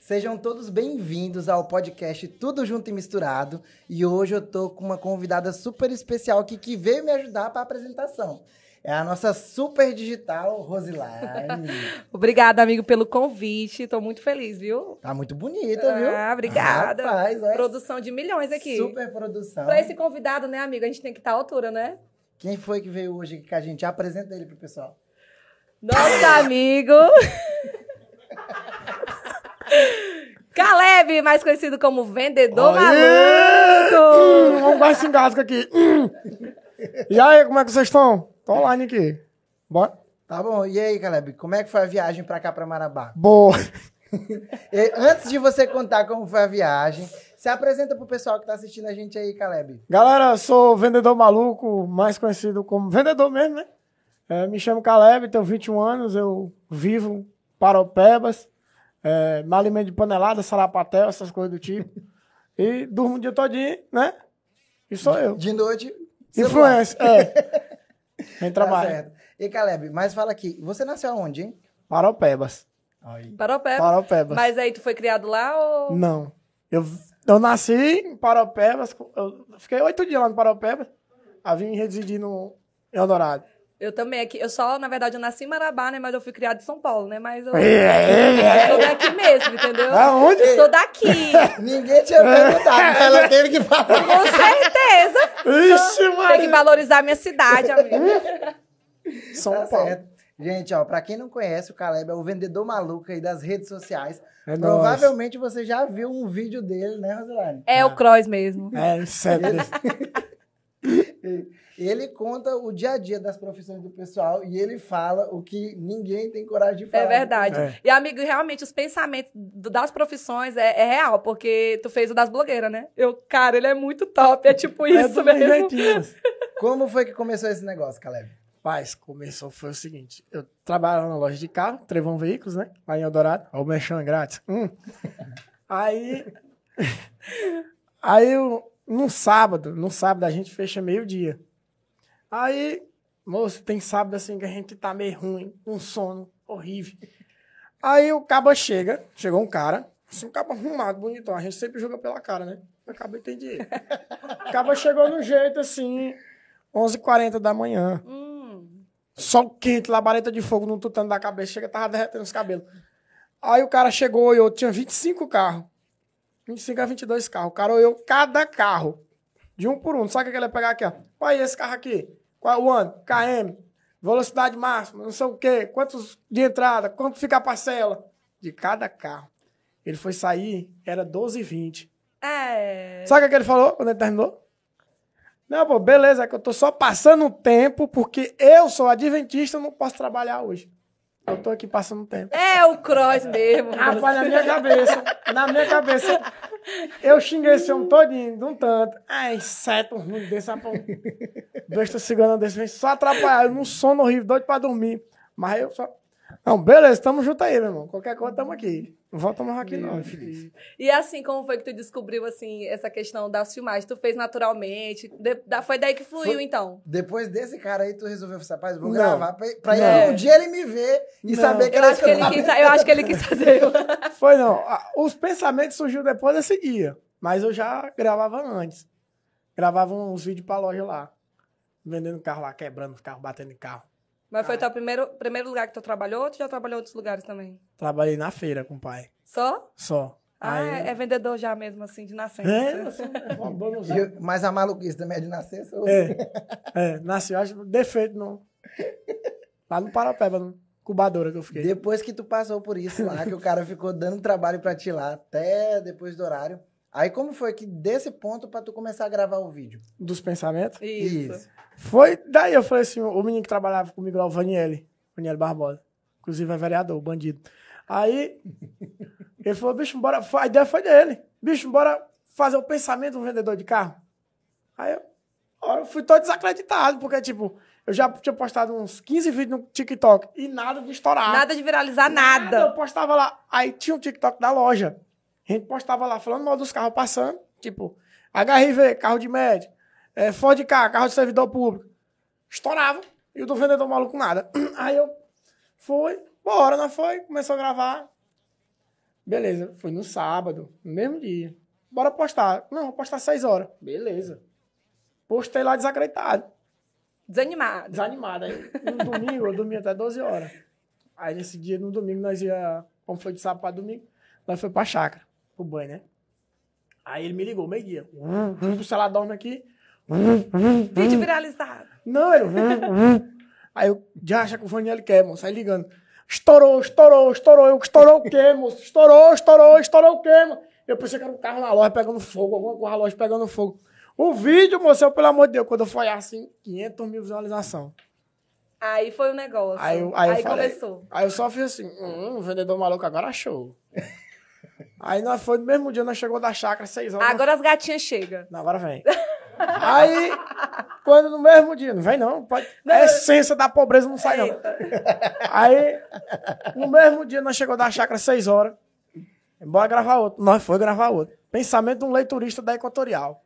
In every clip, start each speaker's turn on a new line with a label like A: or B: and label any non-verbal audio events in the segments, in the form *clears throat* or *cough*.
A: Sejam todos bem-vindos ao podcast Tudo Junto e Misturado. E hoje eu tô com uma convidada super especial aqui que veio me ajudar para a apresentação. É a nossa super digital,
B: *laughs*
A: Rosilane.
B: Obrigada, amigo, pelo convite. Tô muito feliz, viu?
A: Tá muito bonita, viu?
B: Ah, obrigada.
A: Rapaz, olha,
B: Produção de milhões aqui.
A: super produção.
B: Pra esse convidado, né, amigo? A gente tem que estar à altura, né?
A: Quem foi que veio hoje aqui com a gente? Apresenta ele pro pessoal.
B: Nosso
A: *laughs*
B: amigo. Caleb, mais conhecido como Vendedor
C: Hum,
B: Maluco.
C: Vamos mais se engasga aqui. Hum. E aí, como é que vocês estão? Tô online aqui. Bora?
A: Tá bom, e aí, Caleb, como é que foi a viagem pra cá, pra Marabá?
C: Boa.
A: E antes de você contar como foi a viagem, se apresenta pro pessoal que tá assistindo a gente aí, Caleb.
C: Galera, eu sou o vendedor maluco, mais conhecido como vendedor mesmo, né? É, me chamo Caleb, tenho 21 anos, eu vivo em Paropebas, é, me alimento de panelada, sarapatel, essas coisas do tipo. E durmo o dia todinho, né? E sou eu.
A: De noite, celular.
C: Influência, é.
A: *laughs*
C: Quem
A: Tá
C: trabalha.
A: certo. E Caleb, mas fala aqui, você nasceu onde, hein?
C: Paropebas.
B: Parou
A: É,
B: pé.
C: Paropebas.
B: Mas aí, tu foi criado lá ou.
C: Não. Eu, eu nasci em Paropebas, eu fiquei oito dias lá no Paropebas, aí vim residir no
B: *laughs*
C: Eldorado.
B: Eu também aqui. Eu só, na verdade, eu nasci em Marabá, né? Mas eu fui criado em São Paulo, né? Mas eu.
A: É.
B: Eu sou daqui mesmo, entendeu?
C: Aonde?
B: Eu sou daqui.
A: Ninguém tinha perguntado, né? ela teve que falar.
B: Com certeza.
C: Ixi,
B: Tem que
C: Maria!
B: valorizar a minha cidade,
C: *laughs*
B: amigo.
C: São
A: Tá
C: Paulo.
A: certo. Gente, ó, pra quem não conhece, o Caleb é o vendedor maluco aí das redes sociais.
C: É nóis.
A: Provavelmente você já viu um vídeo dele, né, Rosilane?
B: É o Cross mesmo.
C: É, sério.
A: Ele conta o dia a dia das profissões do pessoal e ele fala o que ninguém tem coragem de falar.
B: É verdade.
C: É.
B: E, amigo, realmente, os pensamentos do- das profissões é, é real, porque tu fez o das blogueiras, né? Eu, cara, ele é muito top. É tipo
C: *laughs* É
B: isso
C: do
B: mesmo.
C: jeitinho.
A: Como foi que começou esse negócio, Caleb?
C: Mas começou, foi o seguinte. Eu trabalhava na loja de carro, Trevão Veículos, né? Lá em Eldorado. Ó, o mexão é grátis. Hum. *laughs* Aí. aí eu. Num sábado, num sábado a gente fecha meio-dia. Aí, moço, tem sábado assim que a gente tá meio ruim, um sono horrível. Aí o caba chega, chegou um cara, assim, um caba arrumado, bonitão. A gente sempre joga pela cara, né? Eu acabo entendendo. O caba chegou no jeito assim, 11h40 da manhã.
B: Hum.
C: Sol quente, labareda de fogo no tutano da cabeça, chega, tava derretendo os cabelos. Aí o cara chegou, olhou, tinha 25 carros. 25 a 22 carros. O cara olhou cada carro, de um por um. Sabe o que ele ia pegar aqui, ó? Pai, esse carro aqui, qual é o ano? KM, velocidade máxima, não sei o quê, quantos de entrada, quanto fica a parcela de cada carro. Ele foi sair, era 12,20.
B: É.
C: Sabe o que ele falou quando ele terminou? Não, pô, beleza, é que eu tô só passando um tempo porque eu sou adventista e não posso trabalhar hoje. Eu tô aqui passando um tempo.
B: É o Cross
C: *laughs*
B: mesmo.
C: Rapaz, na minha cabeça, na minha cabeça, eu xinguei esse homem todinho, de um tanto. Ai, inseto um ruim desse, rapaz. um Besta cigana desse, vem só atrapalhar, eu num sono horrível, doido pra dormir. Mas eu só... Não, beleza, tamo junto aí, meu irmão. Qualquer coisa, tamo aqui. Não volta mais aqui, não.
B: E assim, como foi que tu descobriu, assim, essa questão das filmagens? Tu fez naturalmente? De- da- foi daí que fluiu, então?
A: Depois desse cara aí, tu resolveu, rapaz, vou
C: Não.
A: gravar pra, pra
C: Não.
A: ele- um dia ele me ver e
C: Não.
A: saber que é
B: Eu
A: era
B: acho que ele
A: tava
B: quis, eu acho que ele
C: *laughs*
B: quis fazer.
C: Foi não. A- Os pensamentos surgiu depois desse dia. Mas eu já gravava antes. Gravava uns vídeos pra loja lá. Vendendo carro lá, quebrando carro, batendo em carro.
B: Mas foi o teu primeiro, primeiro lugar que tu trabalhou ou tu já trabalhou em outros lugares também?
C: Trabalhei na feira com o pai.
B: Só?
C: Só.
B: Ah,
C: Aí-
B: é, é vendedor já mesmo, assim, de nascença.
C: É, assim, é uma boa noção.
A: E- Mas a maluquice também é de nascer, sou-
C: É, é, nasci, eu acho defeito não. Lá no Parapeba, no Cubadora que eu fiquei.
A: Depois que tu passou por isso lá, que o cara ficou dando trabalho pra ti lá até depois do horário. Aí como foi que desse ponto pra tu começar a gravar o vídeo?
C: Dos pensamentos.
B: Isso.
C: Foi daí, eu falei assim, o menino que trabalhava comigo lá, o Vaniele, Vaniele Barbosa, inclusive é vereador, bandido. Aí, ele falou, bicho, bora, foi- a ideia foi dele, bicho, bora fazer o pensamento de um vendedor de carro. Aí eu, ó, eu fui todo desacreditado, porque, tipo, eu já tinha postado uns 15 vídeos no TikTok e nada de estourar.
B: Nada de viralizar nada.
C: Eu postava lá. Aí tinha um TikTok da loja. A gente postava lá falando mal dos carros passando. Tipo, HRV, carro de médio. É, Ford K, carro de servidor público. Estourava. E o do vendedor *clears throat* né? maluco nada. Aí eu fui, bora, não foi? Começou a gravar. Beleza, foi no sábado, no mesmo dia. Bora postar. Não, vou postar às 6 horas. Beleza. Postei lá desacreditado,
B: Desanimado.
C: desanimado. Aí no domingo, eu dormi até 12 horas. Aí nesse dia, no domingo, nós ia. Como foi de sábado pra domingo, nós foi pra chácara, pro banho, né? Aí ele me ligou, meio-dia. Você lá dorme aqui? Hum.
B: Vídeo viralizado.
C: Não, ele. "Hum, hum." Aí eu já acha que o Vaniel quer, moço. Aí ligando. Estourou, estourou, estourou. Eu, estourou o quê, moço? Estourou, estourou, estourou o quê, moço? Eu pensei que era um carro na loja pegando fogo, alguma coisa na loja pegando fogo. O vídeo, moço, eu, pelo amor de Deus, quando eu fui olhar assim, 500 mil visualizações.
B: Aí foi o negócio.
C: Aí, eu- aí, eu falei-
B: começou.
C: Aí eu só fiz assim, hum, o vendedor maluco agora achou. aí nós foi no mesmo dia, nós chegou da chácara, seis horas.
B: Agora as gatinhas chegam.
C: Não, agora vem. Aí, quando no mesmo dia, não vem não, pode,
B: Não,
C: a
B: eu-
C: essência da pobreza não sai não.
B: Eita.
C: Aí, no mesmo dia, nós chegou da chácara seis horas, bora gravar outro. Nós foi gravar outro. Pensamento de um leiturista da Equatorial.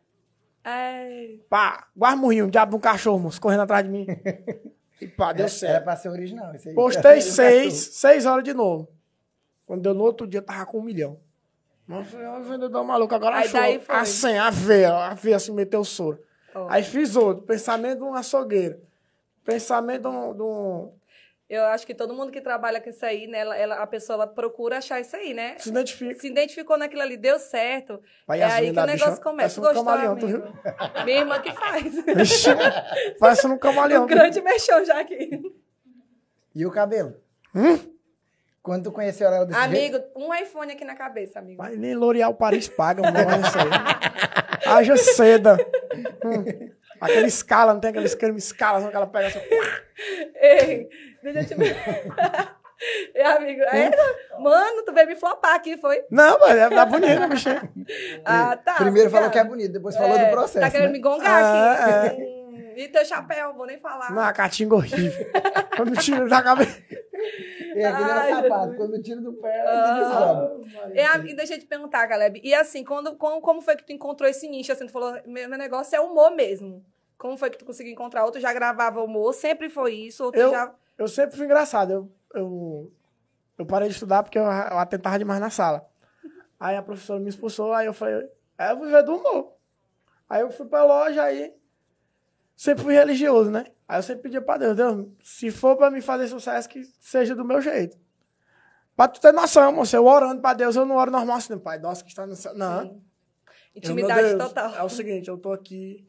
B: Ai.
C: Pá, guarda morrinho, um diabo de um cachorro, moço, correndo atrás de mim. É, E pá, deu certo.
A: É, Era pra ser original. Isso aí. *laughs*
C: Postei seis, seis horas de novo. Quando deu no outro dia, tava com um milhão. Nossa, é um vendedor maluco, agora
B: Aí
C: achou.
B: daí foi.
C: Assim, a veia, a veia se meteu o soro.
B: Ó.
C: Aí fiz outro, pensamento de um açougueiro. Pensamento de um... de um-
B: Eu acho que todo mundo que trabalha com isso aí, né? ela- ela- a pessoa ela procura achar isso aí, né?
C: Se identifica.
B: Se identificou naquilo ali, deu certo.
C: Vai
B: é
C: as
B: aí que
C: vendas,
B: o negócio
C: bicho,
B: começa.
C: parece um
B: Gostou,
C: camaleão, tu
B: amigo? Minha irmã que faz.
C: Ixi, parece um *laughs*
B: *laughs*
C: camaleão.
B: um grande mexeu já aqui.
A: E o cabelo?
C: Hum?
A: Quando tu conheceu ela era desse jeito?
B: Amigo, um iPhone aqui na cabeça, amigo.
C: Mas nem L'Oréal Paris paga um negócio desse aí. Haja seda. Hum. Aquela escala, não tem aquela escala, escala, não, que ela pega assim.
B: Ei, deixa eu te *laughs* É, amigo, é, mano, tu veio me flopar aqui, foi?
C: Não, mas é- tá bonito, né, bicho?
B: Ah, tá.
A: Primeiro falou
B: obrigada.
A: que é bonito, depois falou
B: É,
A: do processo.
B: Tá querendo
A: né?
B: me gongar
C: Ah,
B: aqui. Hum, E teu chapéu, vou nem falar.
C: Não, a catinga horrível. Quando tira da cabeça.
A: E aquele É,
B: Ai,
A: era sapato.
B: Jesus.
A: Quando tira do pé,
B: Ah.
A: ele desdobra.
B: É, a- e deixa eu te perguntar, Caleb. E assim, quando, como, como foi que tu encontrou esse nicho? Assim, tu falou, meu, meu negócio é humor mesmo. Como foi que tu conseguiu encontrar outro? Já gravava humor? Sempre foi isso? Ou tu
C: Eu-
B: já...
C: Eu sempre fui engraçado. Eu, eu, eu parei de estudar porque eu, eu atentava demais na sala. Aí a professora me expulsou, aí eu falei, é, eu vou viver do humor. Aí eu fui pra loja, aí sempre fui religioso, né? Aí eu sempre pedia pra Deus, Deus, se for pra me fazer sucesso, que seja do meu jeito. Pra tu ter noção, moço, eu orando pra Deus, eu não oro normal assim, pai, nossa, que está no céu. Não. Eu, meu
B: Intimidade
C: Deus,
B: total.
C: É o seguinte, eu tô aqui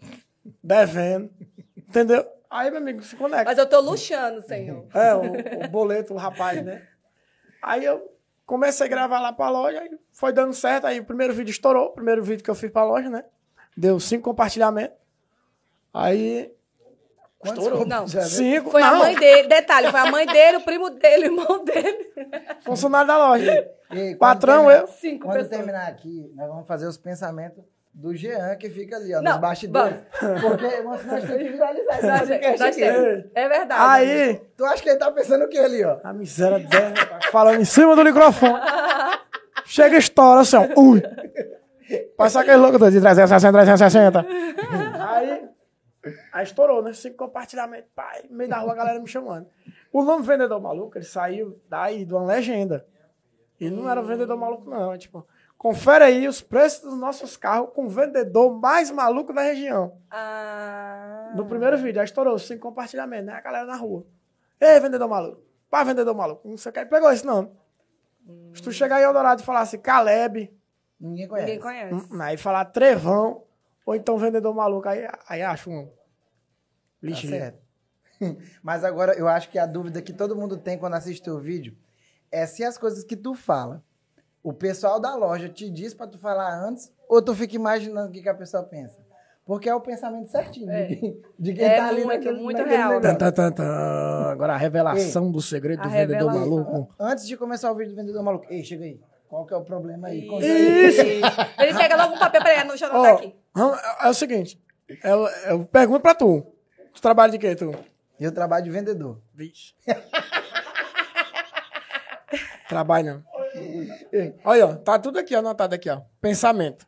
C: devendo, entendeu? Aí, meu amigo, se conecta.
B: Mas eu tô luxando, senhor.
C: É, o, o boleto, o rapaz, né? Aí eu comecei a gravar lá pra loja, aí foi dando certo, aí o primeiro vídeo estourou, o primeiro vídeo que eu fiz pra loja, né? Deu cinco compartilhamentos. Aí,
A: Quantos
C: Estourou.
A: copos
B: Não.
A: já né? viu?
C: cinco,
B: Foi a
C: não,
B: mãe dele. Detalhe, foi a mãe dele, o primo dele, o irmão dele.
C: funcionário da loja.
A: E aí, quando
C: Patrão,
A: terminar-
C: eu-
B: Cinco
A: Quando
B: pessoas.
A: terminar aqui, nós vamos fazer os pensamentos do Jean, que fica ali, ó,
B: Não,
A: nos bastidores. Porque nós nós temos que viralizar esse
B: Nós-
A: podcast
B: nós
A: aqui.
B: temos. É verdade. amigo.
C: Aí,
A: Tu acha que ele tá pensando o que ali, ó?
C: a miséria dela, falando em cima do microfone. Chega e estoura, assim, ó. Ui. Passa aquele louco todo de 360, 360. Aí, aí estourou, né? Cinco compartilhamentos. Pai, no meio da rua a galera me chamando. O nome Vendedor Maluco, ele saiu daí de uma legenda. E não era Vendedor Maluco, não. É tipo, confere aí os preços dos nossos carros com o vendedor mais maluco da região.
B: Ah.
C: No primeiro vídeo, aí estourou cinco compartilhamentos, né? A galera na rua. Ei, vendedor maluco. Pá, vendedor maluco. Não sei o que. Aí pegou esse nome. Se tu chegar em Eldorado e falar assim, Caleb,
A: Ninguém conhece.
B: Ninguém conhece.
C: hum, aí falar Trevão, ou então vendedor maluco, aí, aí acha um.
A: Tá
C: Lixo.
A: certo. *laughs* Mas agora eu acho que a dúvida que todo mundo tem quando assiste teu vídeo é se as coisas que tu fala, o pessoal da loja te diz pra tu falar antes ou tu fica imaginando o que, que a pessoa pensa. Porque é o pensamento certinho
B: É.
A: de quem, de quem
B: É
A: tá ali
B: muito,
A: naquele,
B: muito
A: naquele
B: real, né?
A: negócio.
C: Agora a revelação do segredo
B: a
C: do vendedor
B: revelação.
C: maluco.
A: Antes de começar o vídeo do vendedor maluco, ei, chega aí. Qual que é o problema aí? Conta aí.
B: Isso. Ele pega logo um papel, peraí, deixa eu anotar
C: Ó,
B: aqui.
C: hum, é, é o seguinte, eu, eu pergunto pra tu. Tu trabalha de quê, tu?
A: Eu trabalho de vendedor.
C: *laughs* Vixe. Trabalha. Olha, ó, tá tudo aqui anotado aqui, ó. Pensamento.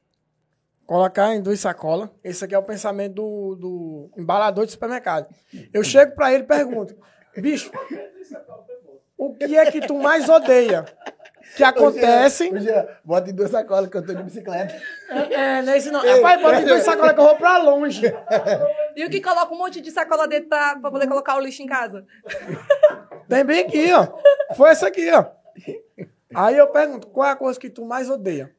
C: Colocar em duas sacolas. Esse aqui é o pensamento do, do embalador de supermercado. Eu chego pra ele e pergunto: Bicho, o que é que tu mais odeia? que acontecem.
A: Ô, Jean, é, bota em duas sacolas que eu tô de bicicleta.
C: É, não é isso não. Rapaz, bota em dois sacolas que eu vou pra longe.
B: E o que coloca um monte de sacola dentro pra, pra
C: Hum.
B: poder colocar o lixo em casa?
C: Tem bem aqui, ó. Foi essa aqui, ó. Aí eu pergunto, qual é a coisa que tu mais odeia?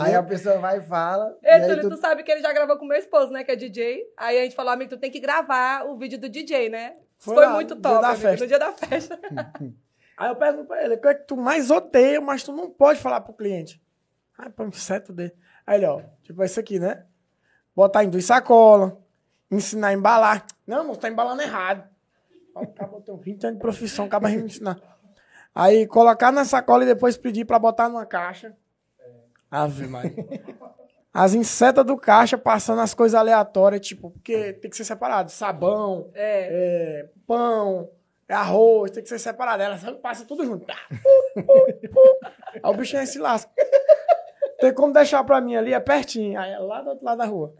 A: *laughs* Aí a pessoa vai e fala.
B: Ei,
A: e aí
B: Túlio, tu... sabe que ele já gravou com meu esposo, né? Que é DJ. Aí a gente falou, amigo, tu tem que gravar o vídeo do DJ, né?
C: Foi
B: Foi,
C: lá,
B: muito
C: no
B: top,
C: dia da
B: amigo,
C: festa.
B: no dia da festa.
C: Aí eu pergunto pra ele, o que é que tu mais odeia, mas tu não pode falar pro cliente? Ah, põe um certo dele. Aí ele, ó, tipo esse aqui, né? Botar em duas sacolas, ensinar a embalar. Não, moço, tá embalando errado. Ó, O cabo tem 20 anos de profissão, o cabo vai me ensinar. Aí colocar na sacola e depois pedir pra botar numa caixa. Ave Maria. As insetas do caixa passando as coisas aleatórias, tipo, porque tem que ser separado. Sabão,
B: É.
C: é, pão, é arroz, tem que ser separado. Ela sabe, passa tudo junto. Tá. Aí o bichinho se lasca. Tem como deixar pra mim ali, é pertinho. Aí é lá do outro lado da rua.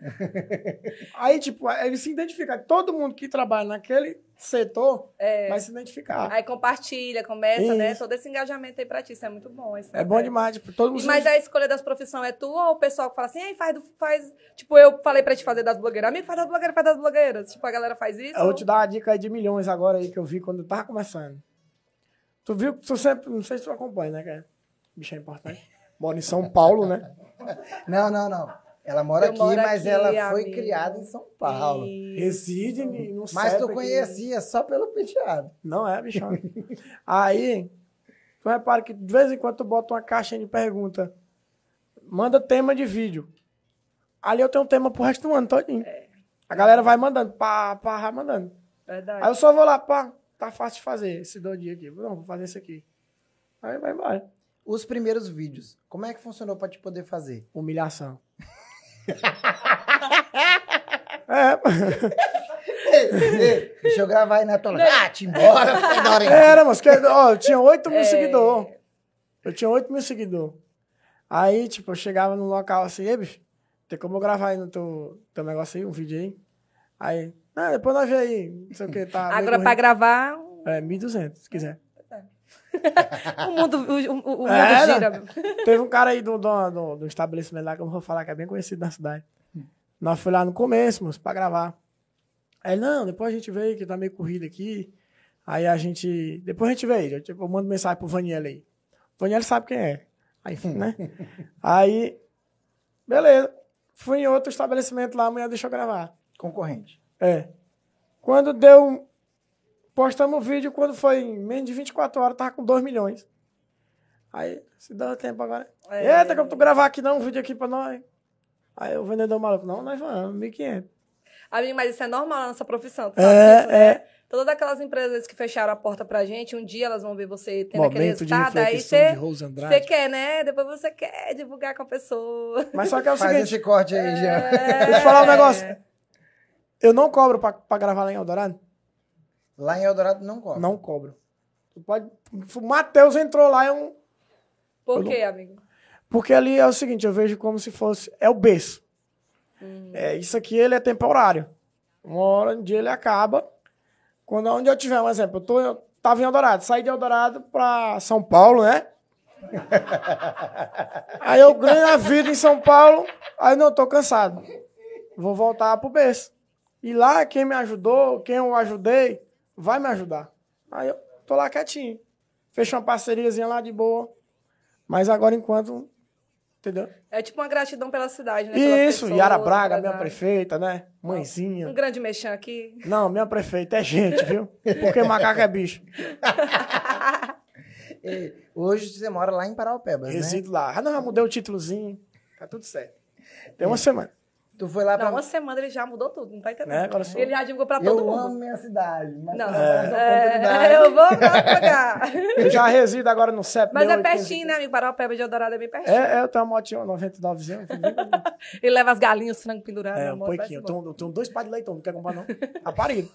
C: Aí, tipo, ele se identifica. Todo mundo que trabalha naquele setor vai se identificar.
B: É. Aí compartilha, começa, né?
C: Isso.
B: Todo esse engajamento aí pra ti, isso é muito bom. Isso
C: É bom demais, tipo, todo mundo
B: E-
C: se
B: Mas a escolha das profissões é tua ou o pessoal que fala assim, Ei, faz, do- faz. Tipo, eu falei pra te fazer das blogueiras. Amigo, faz das blogueiras, faz das blogueiras. Tipo, a galera faz isso.
C: Eu vou te dar uma dica aí de milhões agora aí que eu vi quando eu tava começando. Tu viu que tu sempre. Não sei se tu acompanha, né, cara? Bicho é importante. Mora em São Paulo, né?
A: Não, não, não. Ela mora
B: Eu
A: aqui,
B: moro
A: mas
B: aqui,
A: ela foi
B: amigo.
A: criada em São Paulo.
B: E-
C: Reside em- no
A: Mas
C: CEP
A: tu
C: aqui.
A: conhecia só pelo penteado.
C: Não é, bichão. aí, tu repara que de vez em quando tu bota uma caixinha de pergunta. Manda tema de vídeo. Ali eu tenho um tema pro resto do ano todinho. A galera vai mandando, pá, pá, vai mandando.
B: Verdade.
C: Aí eu só vou lá, pá, tá fácil de fazer esse doidinho aqui. Não, vou fazer esse aqui. Aí vai embora.
A: Os primeiros vídeos, como é que funcionou pra te poder
C: *laughs*
A: fazer? *laughs*
C: Humilhação. é,
A: Ei, ei, deixa eu gravar aí na tua Ah, te embora, sai da orelha.
C: era, mas que, ó, eu tinha 8 mil
B: É.
C: seguidores. Eu tinha 8 mil seguidores. Aí, tipo, eu chegava num local assim, ei, bicho, tem como eu gravar aí no teu, teu negócio aí, um vídeo aí? Aí, ah, depois nós vê aí, não sei o que, tá. meio
B: Agora, pra
C: corrido.
B: gravar, o
C: É, 1.200, se quiser. *laughs*
B: mundo, o, o- o mundo
C: É, não.
B: gira.
C: Teve um cara aí do, do, do, do estabelecimento lá que eu não vou falar, que é bem conhecido na cidade. Nós fomos lá no começo, moço, pra gravar. Aí, não, depois a gente veio, que tá meio corrido aqui. Aí a gente. Depois a gente veio. Eu, tipo, eu mando mensagem pro Vaniel aí. O Vaniel sabe quem é. Aí, *laughs* né? Aí. Beleza. Fui em outro estabelecimento lá, a mulher deixou gravar.
A: Concorrente.
C: É. Quando deu. Postamos o vídeo, quando foi em menos de 24 horas, tava com 2 milhões. Aí, se dá tempo agora.
B: É.
C: Eita, como tu gravar aqui não, um vídeo aqui pra nós. Aí o vendedor maluco, não, nós vamos, 1.500.
B: Amigo, mas isso é normal na nossa profissão. Tu sabe disso, né?
C: É, é.
B: Todas aquelas empresas que fecharam a porta pra gente, um dia elas vão ver você
C: é
B: tendo é. aquele
C: Momento de
B: resultado. Aí
C: reflexão de
B: você
C: Rose Andrade.
B: você quer, né? Depois você quer divulgar com a pessoa. É.
C: Mas só que é o
A: Faz
C: seguinte,
A: esse corte aí, Jean.
C: deixa eu falar um negócio. Eu não cobro pra, pra gravar lá em Eldorado?
A: Lá em Eldorado não cobra.
C: Não cobro. Tu pode... O Matheus entrou lá, é um...
B: Por quê, amigo?
C: Porque ali é o seguinte, eu vejo como se fosse... É o berço. É, isso aqui, ele é temporário. Uma hora, um dia ele acaba. Quando onde eu tiver, um exemplo, eu, tô, eu tava em Eldorado, saí de Eldorado pra São Paulo, né? aí eu ganho a vida em São Paulo, aí não, tô cansado. Vou voltar pro berço. E lá, quem me ajudou, quem eu ajudei, vai me ajudar. Aí eu tô lá quietinho. Fechei uma parceriazinha lá de boa. Mas agora, enquanto... Entendeu?
B: É tipo uma gratidão pela cidade, né?
C: E
B: Pelas
C: isso,
B: pessoas,
C: Yara Braga, minha
B: empresários.
C: prefeita, né? Mãezinha.
B: Um grande mexão
C: *laughs*
B: aqui.
C: Não, minha prefeita é gente, viu? Porque macaco é *laughs* bicho.
A: Ei, hoje você mora lá em Paraupebas, né?
C: Resido lá. Ah, não, já mudei o títulozinho. Tá tudo certo. Tem uma semana.
A: Tu foi lá
B: Não,
A: pra...
B: uma semana ele já mudou tudo, não tá entendendo?
C: Né, agora sou-
B: Ele já divulgou pra
A: eu
B: todo mundo.
A: amo né? minha cidade, mas tá
B: Não,
A: não temos oportunidade.
B: é, eu
A: *laughs*
B: vou pra pagar.
C: Eu já resido agora no CEP.
B: Mas é
C: 1815.
B: pertinho, né, amigo? Paraupeba de Eldorado é bem pertinho.
C: É, é, eu tenho uma motinha, 99zinha.
B: Ele leva as galinhas, os frangos pendurados.
C: É,
B: na
C: um
B: moto,
C: pouquinho. Eu
B: vai-se embora.
C: tenho, eu tenho dois pais de leitão, não quer
B: *laughs*
C: comprar não. Aparelho.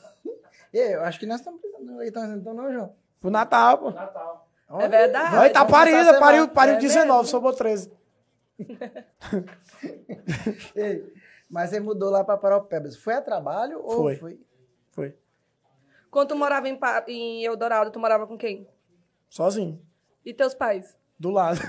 A: Ei, eu acho que nós estamos precisando de um leitão, então não, João?
C: Pro Natal, pô.
A: Olha,
B: É verdade.
C: Vai, tá
A: vamos passar a
C: parido,
A: semana.
C: pariu, pariu
B: É
C: 19,
B: mesmo?
C: sobrou 13.
A: Ei, mas você mudou lá pra Paraupebas. Foi a trabalho ou
C: Foi.
A: foi?
C: Foi.
B: Quando tu morava em, Pa- em Eldorado, tu morava com quem?
C: Sozinho.
B: E teus pais?
C: do lado.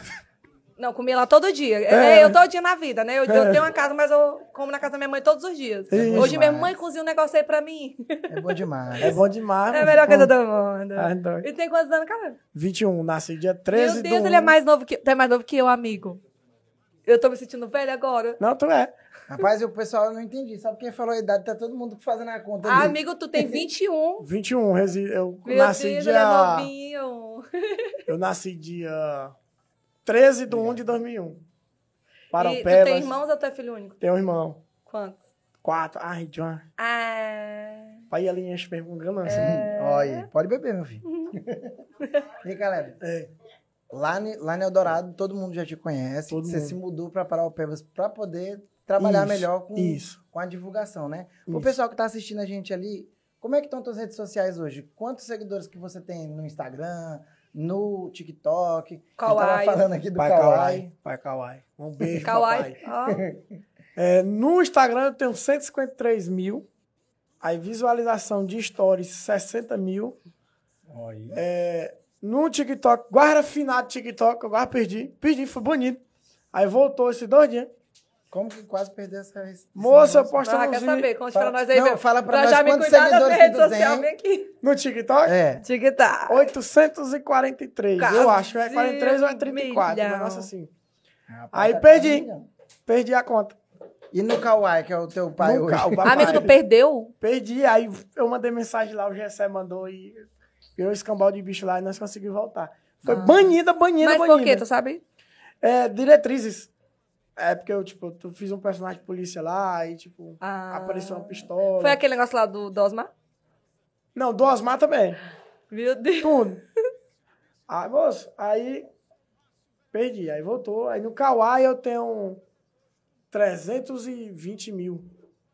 B: Não, comia lá todo dia.
C: É.
B: É, eu todo dia na vida, né? Eu, eu
C: É.
B: tenho uma casa, mas eu como na casa da minha mãe todos os dias.
C: É bom
B: Hoje minha
A: demais.
B: mãe cozinha um negócio aí pra mim.
A: É bom demais.
C: É bom
B: *laughs*
C: demais.
B: É a
C: mano.
B: melhor coisa
C: Pô.
B: do mundo.
C: Ah, dói.
B: E tem quantos anos, cara?
C: 21, nasci dia 13
B: Meu
C: do
B: Deus,
C: um.
B: ele é mais novo que, tu é mais novo que eu, amigo. Eu tô me sentindo velha agora.
C: Não, tu é.
A: Rapaz, o pessoal eu não entendi. Só porque falou a idade, tá todo mundo fazendo a conta.
B: Ah,
A: ali.
B: amigo, tu tem
A: *laughs*
B: 21.
C: 21, resi... eu
B: Meu
C: nasci
B: Deus, ele é
C: dia...
B: novinho.
C: eu nasci dia 13 do 1 de 2001.
B: e tu tem
C: Parampebas.
B: irmãos ou tu é filho único?
C: Tem um irmão.
B: Quantos?
C: Quatro. Ai, John.
B: Ah.
C: Pai e a linha de pergunta assim. ganância.
B: É.
A: Olha, aí, pode beber, meu filho.
B: Uhum.
A: e aí, galera?
C: É.
A: Lá, ne- lá em Eldorado, todo mundo já te conhece.
C: Todo
A: você
C: mundo.
A: se mudou para Paraupebas para poder trabalhar
C: Isso,
A: melhor com,
C: isso.
A: com a divulgação, né? O
C: Isso.
A: pessoal que tá assistindo a gente ali, como é que estão suas redes sociais hoje? Quantos seguidores que você tem no Instagram, no TikTok? Eu tava
B: Kawaii.
A: falando aqui do
C: Pai
A: Kawaii.
C: Kawai. Pai Kawai. Um beijo,
B: Kawaii.
C: Kawai. É, no Instagram eu tenho 153 mil. Aí visualização de stories, 60 mil.
A: Olha.
B: É.
C: No TikTok, guarda finado TikTok, eu guarda perdi. Perdi, foi bonito. Aí voltou esse dois dias.
A: Como que quase perdeu essa... esse
C: Moça,
A: negócio?
C: posta
B: Ah,
C: nos
B: quer
C: vídeos.
B: saber? Conte
A: Fala-
B: pra nós aí.
A: Não,
B: meu.
A: fala pra
B: Pra
A: nós
B: já me
A: quantos
B: cuidar da
A: seguidores
B: minha
A: que
B: rede
A: tu
B: social,
A: tem.
B: vem aqui.
C: No TikTok,
A: É.
B: Tic-tac.
C: 843. eu
B: Quase
C: acho, é 43 ou é 34. Um
B: milhão.
C: negócio assim.
A: Rapaz,
C: Aí
A: tá
C: perdi.
A: perdendo.
C: Perdi a conta.
A: E no Kawaii, que é o teu pai
C: No
A: hoje?
C: ca- o papai.
B: Amigo, tu perdeu?
C: Perdi, aí eu mandei mensagem lá, o Gessé mandou e virou escambau de bicho lá e nós conseguimos voltar. Foi banida, banida,
B: Ah. Mas
C: banida.
B: por quê? Tu sabe?
C: É, diretrizes. É porque eu, tipo, eu fiz um personagem de polícia lá e, tipo,
B: Ah.
C: apareceu uma pistola.
B: Foi aquele negócio lá do do Osmar?
C: Não, do Osmar também.
B: Meu Deus.
C: Tudo. *laughs* aí, moço, aí perdi. Aí voltou. Aí no Kauai eu tenho 320 mil.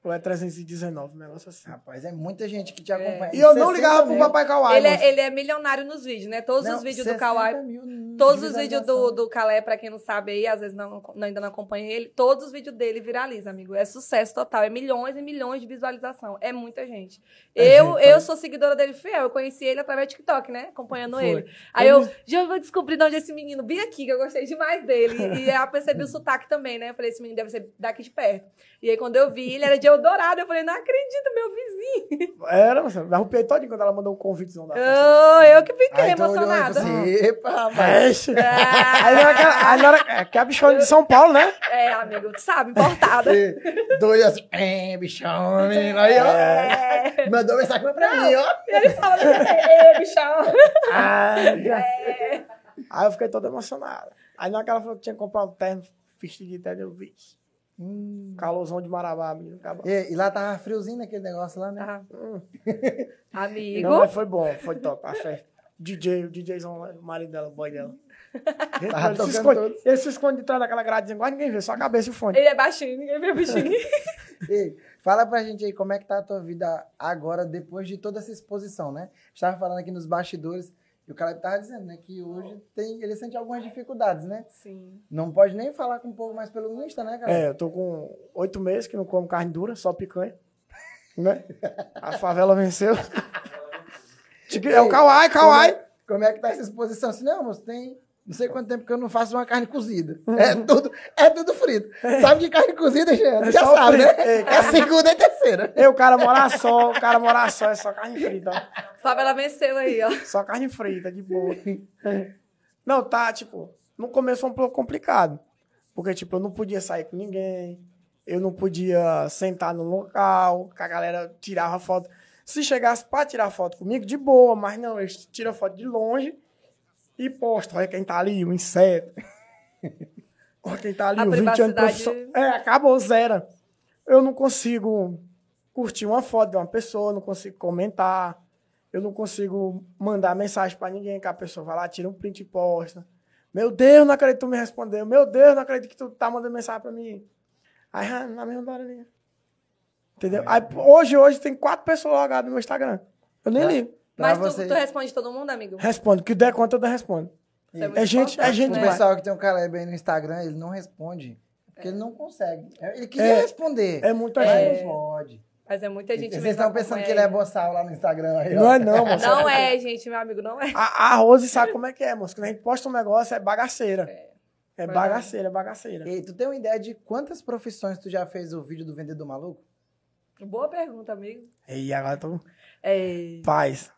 C: Ou é 319, um negócio assim.
A: Rapaz, é muita gente que te acompanha.
C: E eu não
A: 60
C: ligava pro
A: mil.
C: papai Kauai.
B: Ele
C: moço.
B: é, ele é milionário nos vídeos, né? Todos
A: Não,
B: os vídeos do
A: 60
B: Kawaii.
A: mil
B: Todos os vídeos do,
A: visualização.
B: do Calé, pra quem não sabe aí, às vezes não, não- ainda não acompanha ele, todos os vídeos dele viralizam, amigo. É sucesso total. É milhões e milhões de visualização. É muita gente.
C: É
B: eu
C: gente,
B: eu
C: tá?
B: sou seguidora dele fiel. Eu conheci ele através do TikTok, né? Acompanhando
C: Foi.
B: ele. Aí
C: Eu
B: eu já vou descobrir de onde é esse menino. Bem aqui, que eu gostei demais
A: *laughs*
B: dele. E aí eu percebi o sotaque também, né? Eu falei, esse menino deve ser daqui de perto. E aí quando eu vi, ele era de Eldorado. Eu falei, não acredito, meu vizinho.
C: Era, moça, me arrupiei todinho quando ela mandou um convitezão da festa.
B: Eu, eu que fiquei
A: Aí tu olhou e
B: emocionada. *laughs*
A: falou assim, Epa, rapaz.
C: Vixe.
B: Ah,
C: Aí na hora que ela- aí na hora é que é a bichona de São Paulo, né?
B: é, amigo, tu
A: *laughs*
B: sabe, importada.
A: E *laughs* Dois assim, é, bichão, menino. Aí, ó.
B: É.
A: Mandou mensagem pra mim, ó.
B: E ele fala assim, "É, desse jeito, "Ei, bichão.
C: Aí,
B: É.
C: aí eu fiquei todo emocionado. Aí na hora que ela falou que tinha que comprar um terno, vestido de terno, eu vi.
B: Hum.
C: Calorzão de Marabá, menino. acabou.
A: E, e lá tava friozinho naquele negócio lá, né?
B: Tá. *laughs* Amigo,
C: Não, mas foi bom, foi top, a festa. DJ, o DJzão, lá, o marido dela, o boy
A: *laughs*
C: dela. Ele,
A: Tava
C: ele se
A: tocando
C: esconde,
A: todos.
C: ele se esconde de trás daquela gradezinha, quase ninguém vê, só a cabeça e o fone.
B: ele é baixinho, ninguém vê bichinho. Tá.
A: Ei, fala pra gente aí como é que tá a tua vida agora, depois de toda essa exposição, né? A gente tava falando aqui nos bastidores e o Caleb tava dizendo, né? Que hoje tem, ele sente algumas dificuldades, né?
B: *laughs* Sim.
A: Não pode nem falar com o povo mais pelo Insta, né, cara?
C: É, eu tô com oito meses que não como carne dura, só picanha. Né? A favela venceu. Tipo, É o Kawai, Kawai.
A: Como, como é que tá essa exposição? Assim, não, moço, tem não sei quanto tempo que eu não faço uma carne cozida.
C: Uhum.
A: É tudo, é tudo frito. Sabe de carne cozida, gente?
C: É
A: Já
C: só
A: sabe, né?
C: frito. É,
A: É a segunda e a terceira.
C: E o cara morar só, o cara morar só, é só carne frita, ó.
B: Favela venceu aí, ó.
C: Só carne frita, de boa. Não, tá, tipo, no começo foi um pouco complicado. Porque, tipo, eu não podia sair com ninguém, eu não podia sentar no local, que a galera tirava foto. Se chegasse pra tirar foto comigo, de boa, mas não, eles tiram foto de longe e postam. Olha quem tá ali, o inseto. *laughs* Olha quem tá ali,
B: A
C: o 20 anos de
B: privacidade-
C: profissão. É, acabou, zero. Eu não consigo curtir uma foto de uma pessoa, não consigo comentar, eu não consigo mandar mensagem pra ninguém, que a pessoa vai lá, tira um print e posta. Meu Deus, não acredito que tu me respondeu. Meu Deus, não acredito que tu tá mandando mensagem pra mim. Aí, ah, na mesma hora ali. Entendeu? Aí, É. hoje, hoje, tem quatro pessoas logadas no meu Instagram. Eu nem ligo.
A: Pra
B: Mas
A: você-
B: tu, tu responde todo mundo, amigo?
C: Respondo. O que der conta, eu respondo.
B: Isso muito
C: É gente- é
B: importante, né?
C: gente
A: O
C: demais.
A: pessoal que tem o Caleb aí no Instagram, ele não responde. Porque ele não consegue. Ele queria
C: É.
A: responder.
C: É muita
A: mas
C: gente.
A: não pode.
B: Mas é muita gente
A: Vocês
B: mesmo
A: estão pensando que ele é
B: acompanha
A: boçal lá no Instagram aí, ó.
C: Não é não, moço.
B: aí. Não é, gente, meu amigo, não é.
C: A, a Rose sabe como é que é, moço. Quando a gente posta um negócio, é bagaceira.
B: É.
C: É
B: Verdade.
C: bagaceira, é bagaceira.
A: E tu tem uma ideia de quantas profissões tu já fez o vídeo do Vendedor Maluco?
B: Boa pergunta, amigo.
C: E agora tô...
B: É,
C: Paz,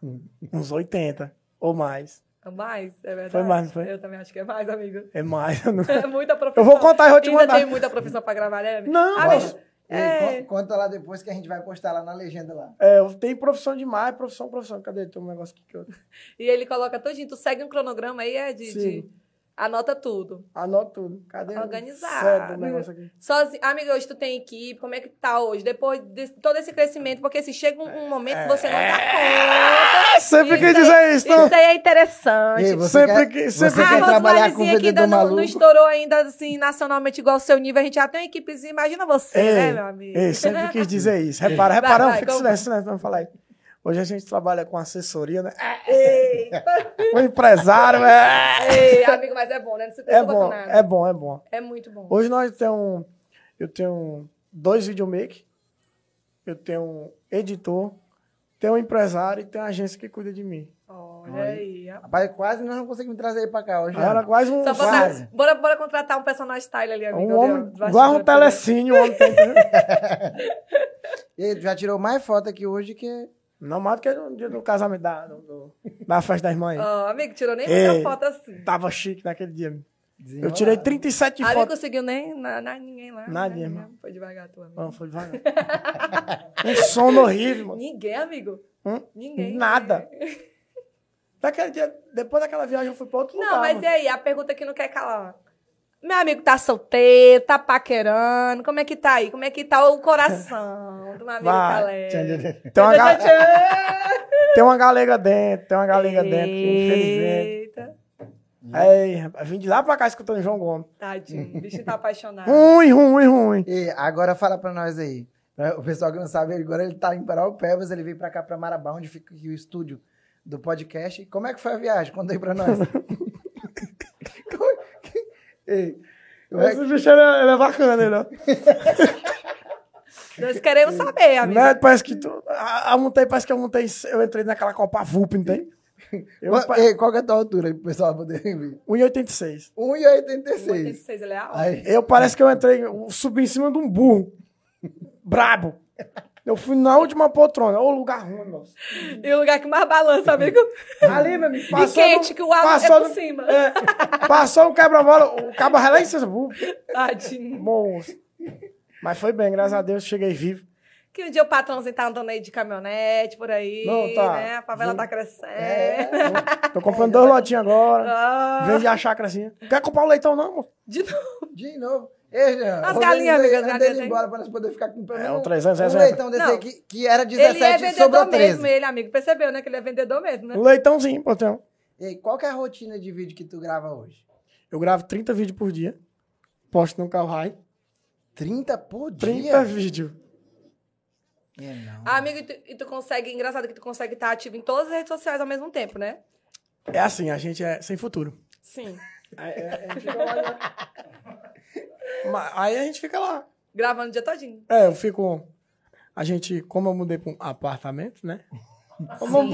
C: uns 80 ou mais.
B: mais, é verdade.
C: Foi mais, não foi?
B: Eu também acho que é mais, amigo. *laughs*
C: É mais. eu não-
B: É muita profissão.
C: Eu vou contar e vou te
B: Ainda
C: mandar.
B: tem muita profissão pra gravar, né? amigo?
C: Não,
B: Ah,
C: mas...
B: mas-
A: Ei,
B: É.
A: con- conta lá depois que a gente vai postar lá na legenda lá.
C: É, eu tenho profissão demais, profissão, profissão. Cadê? Tem um negócio aqui que eu...
B: E ele coloca todinho. Tu segue um cronograma aí, é de...
C: Sim.
B: de- Anota tudo.
C: Anoto tudo. Cadê?
B: Organizado.
C: Certo, o negócio aqui.
B: Sozinho. Amigo, hoje tu tem equipe, como é que tá hoje? Depois de todo esse crescimento, porque assim, chega um, um momento que você não dá conta.
C: É, sempre quis
B: Isso
C: dizer isso, não?
B: Isso aí é interessante.
A: Ei,
C: Sempre que-
A: você
C: sempre
A: quer
C: que-
B: a
A: trabalhar com o
B: Rosmarizinha que ainda
A: Vendedor
B: não, não
A: Maluco?
B: estourou ainda, assim, nacionalmente igual o seu nível. A gente já tem uma equipezinha. Imagina você,
C: Ei,
B: né, meu amigo?
C: Ei,
B: *laughs*
C: sempre quis dizer isso. Repara,
B: Vai,
C: repara,
B: vai,
C: fica
B: como-
C: silêncio, silêncio, vamos falar aí. Hoje a gente trabalha com assessoria, né?
B: Eita.
C: O empresário é...
B: Ei, amigo, mas é bom, né? Não se
C: É
B: preocupa com
C: bom,
B: nada.
C: é bom, é bom.
B: É muito bom.
C: Hoje nós temos. um, Eu tenho dois videomakers, eu tenho um editor, tenho um empresário e tenho uma agência que cuida de mim.
B: Olha aí. ó.
A: Rapaz, quase nós não conseguimos trazer ele pra cá hoje.
C: Era
A: né?
C: quase um.
B: Só
A: Quase.
B: bota, bora, bora contratar um personagem style ali, amigo.
C: um homem.
B: do
C: Igual um
B: bastidor.
C: telecine, o homem tem.
B: *laughs*
A: E tu já tirou mais foto aqui hoje que.
C: Não mais do que no dia do casamento da, do- do- da festa da irmã. aí.
B: Ó, amigo, tirou nem
C: Ei.
B: muita foto assim.
C: Tava chique naquele dia. Eu tirei 37
B: Ah, não
C: fotos.
B: conseguiu nem na, na- ninguém lá.
C: Nadinha,
B: né?
C: mano.
B: Foi devagar, tu, amigo.
C: Não, foi devagar. um sono horrível, mano.
B: Ninguém, amigo.
C: Hum?
B: Ninguém.
C: Nada. Daquele dia, depois daquela viagem, eu fui pra outro lugar.
B: Não, mas
C: mano.
B: e aí? A pergunta que não quer calar. Meu amigo tá solteiro, tá paquerando. Como é que tá aí? Como é que tá o coração do meu amigo
C: Vai.
A: É.
B: *laughs* Calé?
C: Tem uma, ga- tem uma galega dentro, *laughs* tem uma galega dentro, infelizmente.
B: Eita.
C: Aí, rapaz, vim de lá pra cá escutando João Gomes.
B: Tadinho, o bicho tá apaixonado.
C: Ruim, ruim, ruim.
A: E agora fala pra nós aí. né, O pessoal que não sabe, agora ele tá em Paraupebas, ele veio pra cá pra Marabá, onde fica aqui o estúdio do podcast. Como é que foi a viagem? Conta aí pra
C: *laughs*
A: nós. Como- é Ei, como é que-
C: Esse bicho ele é, ele é bacana, ele é.
B: Nós queremos saber, amigo.
C: Né, parece que tu. a- a montei, parece que eu montei. Eu entrei naquela Copa VUP, não tem? Eu,
A: Qua-
C: pa-
A: Ei, qual que é a tua altura aí pro pessoal poder ver?
C: 1,86. assim.
A: 1,86.
B: 86, ele é alto.
A: Aí,
C: Eu parece que eu entrei, eu subi em cima de um burro. Brabo. Eu fui na última poltrona. Ô, lugar ruim, nossa.
B: E o lugar que mais balança, amigo.
C: Ali, meu amigo, passou.
B: E quente, que o álcool é
C: passou
B: por
C: no-
B: cima.
C: é, passou um quebra-bola, o cabo lá em cima. Uh,
B: Tadinho.
C: Moço. Mas foi bem, graças a Deus, cheguei vivo.
B: Que um dia o patrãozinho tá andando aí de caminhonete por aí,
C: Não, tá. É.
B: né? A favela
C: Viu?
B: tá crescendo.
A: É, um
C: Tô comprando dois lotinhos agora.
B: Ah,
C: Vendi a chácara assim. Quer comprar um leitão, não, moço?
B: de novo.
A: de novo. Ei, Jean,
B: As
A: organiza
B: galinhas,
A: aí,
B: amigas,
A: manda
B: galinhas
A: ele
B: tem.
A: embora pra nós poder ficar com pelo
C: É,
A: menos
C: um 360.
A: Um leitão desse
B: Não.
A: aí que, que era
B: Ele é
A: 17 sobrou
B: vendedor
A: 13.
B: mesmo, ele, amigo. Percebeu, né? Que ele é vendedor mesmo, né?
C: Um leitãozinho, portão.
A: Ei, qual que é a rotina de vídeo que tu grava hoje?
C: Eu gravo 30 vídeos por dia. Posto no carro high.
A: 30 por dia?
C: 30 vídeos.
A: É, não.
B: Ah, amigo, e tu, e tu consegue, engraçado que tu consegue estar ativo em todas as redes sociais ao mesmo tempo, né?
C: É assim, a gente é sem futuro.
B: Sim.
C: Aí, é, a gente fica lá, né? Mas aí a gente fica lá.
B: Gravando o dia todinho.
C: É, eu fico. A gente, como eu mudei pra um apartamento, né? Eu não-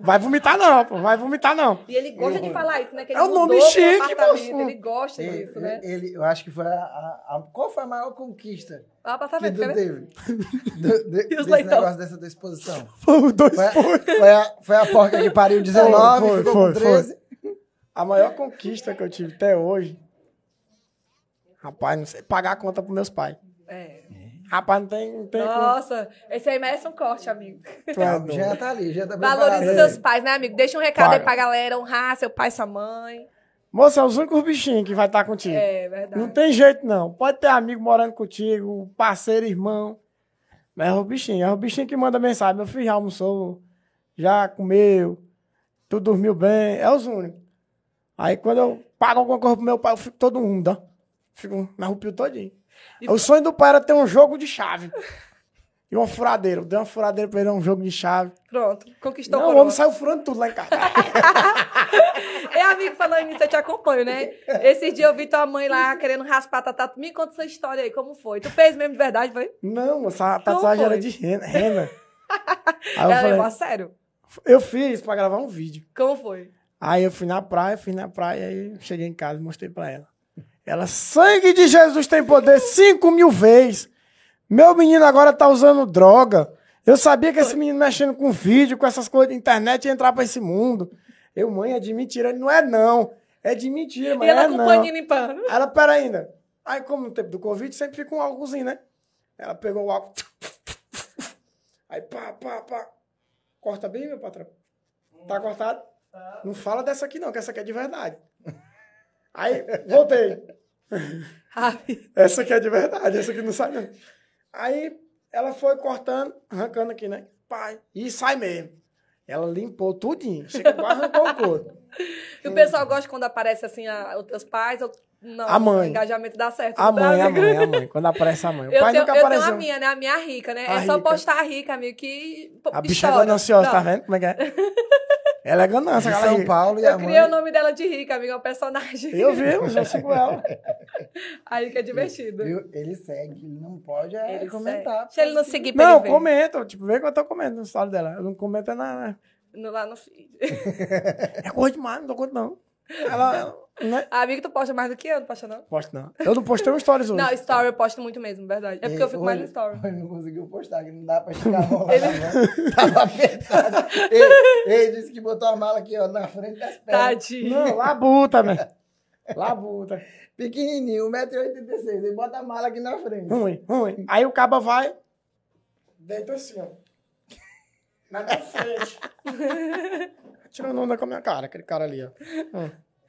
C: Vai vomitar, não, pô. Vai vomitar, não.
B: E ele gosta de falar isso, né? Que ele
C: É um nome
B: mudou pro
C: chique,
B: apartamento,
C: moço. Uhum.
B: Ele gosta
A: Ei,
B: disso, né?
A: ele, eu acho que foi a, a- a- Qual foi a maior conquista
B: O
A: que
B: apartamento,
A: tu
B: quer ver?
A: teve?
B: *laughs*
A: Do, de,
B: tá E os
A: desse
B: leitão?
A: negócio dessa tua exposição.
C: Foi dois
A: Foi, a-
C: pontos.
A: foi a, foi a porca que pariu 19,
C: Foi, foi,
A: ficou
C: foi,
A: com 13.
C: A maior conquista que eu tive até hoje. Rapaz, não sei. Pagar a conta pros meus pais.
B: É.
C: Rapaz, não tem. Não tem
B: Nossa, esse aí merece um corte, amigo.
C: Tu é
A: Já,
C: doido.
A: tá ali, já tá
B: Valorize
A: preparado.
B: seus pais, né, amigo? Deixa um recado aí
C: Paga.
B: pra galera, honrar seu pai, sua mãe.
C: Moça, é os únicos bichinhos que vai estar contigo.
B: É, verdade.
C: Não tem jeito, não. Pode ter amigo morando contigo, parceiro, irmão. Mas é o bichinho, é o bichinho que manda mensagem. Meu filho já almoçou, já comeu, tu dormiu bem. É os únicos. Aí quando eu pago alguma coisa pro meu pai, eu fico todo mundo, ó. Fico na rupia todinho. É
B: E-
C: O sonho do pai era ter um jogo de chave. E uma furadeira. Eu dei uma furadeira pra ele, um jogo de chave.
B: Pronto, conquistou o
C: não, o homem
B: coroa.
C: saiu furando tudo lá
B: *laughs*
C: em casa.
B: É, amigo, falando nisso, eu te acompanho, né? Esses dias eu vi tua mãe lá querendo raspar a tatu. Me conta essa história aí, como foi? Tu fez mesmo de verdade, foi?
C: não, essa tatuagem
B: foi.
C: era de
B: *laughs*
C: rena. rena. Aí eu
B: Ela levou a
C: falei,
B: sério?
C: eu fiz pra gravar um vídeo.
B: Como foi?
C: Aí eu fui na praia, fui na praia, aí cheguei em casa e mostrei pra ela. Ela, sangue de Jesus tem poder cinco mil vezes. Meu menino agora tá usando droga. Eu sabia que esse menino mexendo com vídeo, com essas coisas de internet, ia entrar pra esse mundo. Eu, mãe, é de mentira. Ele, não é não. É de mentira,
B: E
C: mas
B: ela
C: é
B: com o
C: não.
B: paninho limpando.
C: Ela, pera ainda. Aí, como no tempo do Covid, sempre fica um álcoolzinho, né? Ela pegou o álcool. Aí, pá, pá, pá. Corta bem, meu patrão. Tá cortado? Não fala dessa aqui, não, que essa aqui é de verdade. Aí, voltei.
B: Rabi.
C: Essa aqui é de verdade, essa aqui não sai, não. Aí, ela foi cortando, arrancando aqui, né? Pai, e sai mesmo. Ela limpou tudinho. Chega quase arrancou o
B: *laughs*
C: corpo.
B: Tá E o pessoal gosta quando aparece assim a, os teus pais? Ou... Não,
C: A mãe.
B: O engajamento dá certo.
C: A mãe, a
B: amigo?
C: mãe, a mãe. Quando aparece a mãe. O
B: Eu,
C: pai
B: tenho,
C: nunca
B: eu tenho
C: apareceu.
B: a minha, né? A minha é rica, né?
C: A
B: é só
C: rica.
B: postar a rica, amigo, que. *laughs*
C: A bicha é
B: estoura.
C: gananciosa,
B: Não.
C: tá vendo? Como é
B: *laughs*
C: que é? Ela é ganância,
A: De
C: galera.
A: São Paulo e a
B: Eu criei o
A: mãe.
B: nome dela de rica, amigo, é um personagem. *laughs*
C: Eu vi, mas eu sigo ela.
B: A rica é divertida.
A: Viu? Ele segue, ele não pode é,
B: Ele
A: comentar.
B: segue. Se ele não seguir pra
C: Não,
B: ele ver.
C: comenta. Tipo, vê que eu tô comendo no história dela. Eu não comento é nada.
B: No- lá no feed.
C: É coisa demais, não dou conta, não. Ela, ela né?
B: *laughs* Amigo, tu posta mais do que eu, não posta não?
C: Posto, não. Eu não postei um stories hoje.
B: Não, story eu posto muito mesmo, verdade. É porque eu fico mais no story.
A: Ele não conseguiu postar, que não dá pra esticar a mão lá na
B: *laughs*
A: mão. Tava apertado. ele, ele disse que botou a mala aqui, ó, na frente das pernas.
B: Tadinho.
C: *laughs* Não, labuta, né? Labuta.
B: Tá.
A: Pequenininho, 1,86m. Ele bota a mala aqui na frente.
C: Ruim, ruim. Aí o caba vai. Deita assim, ó. Na minha frente. Tirando um onda com a minha cara, aquele cara ali, ó.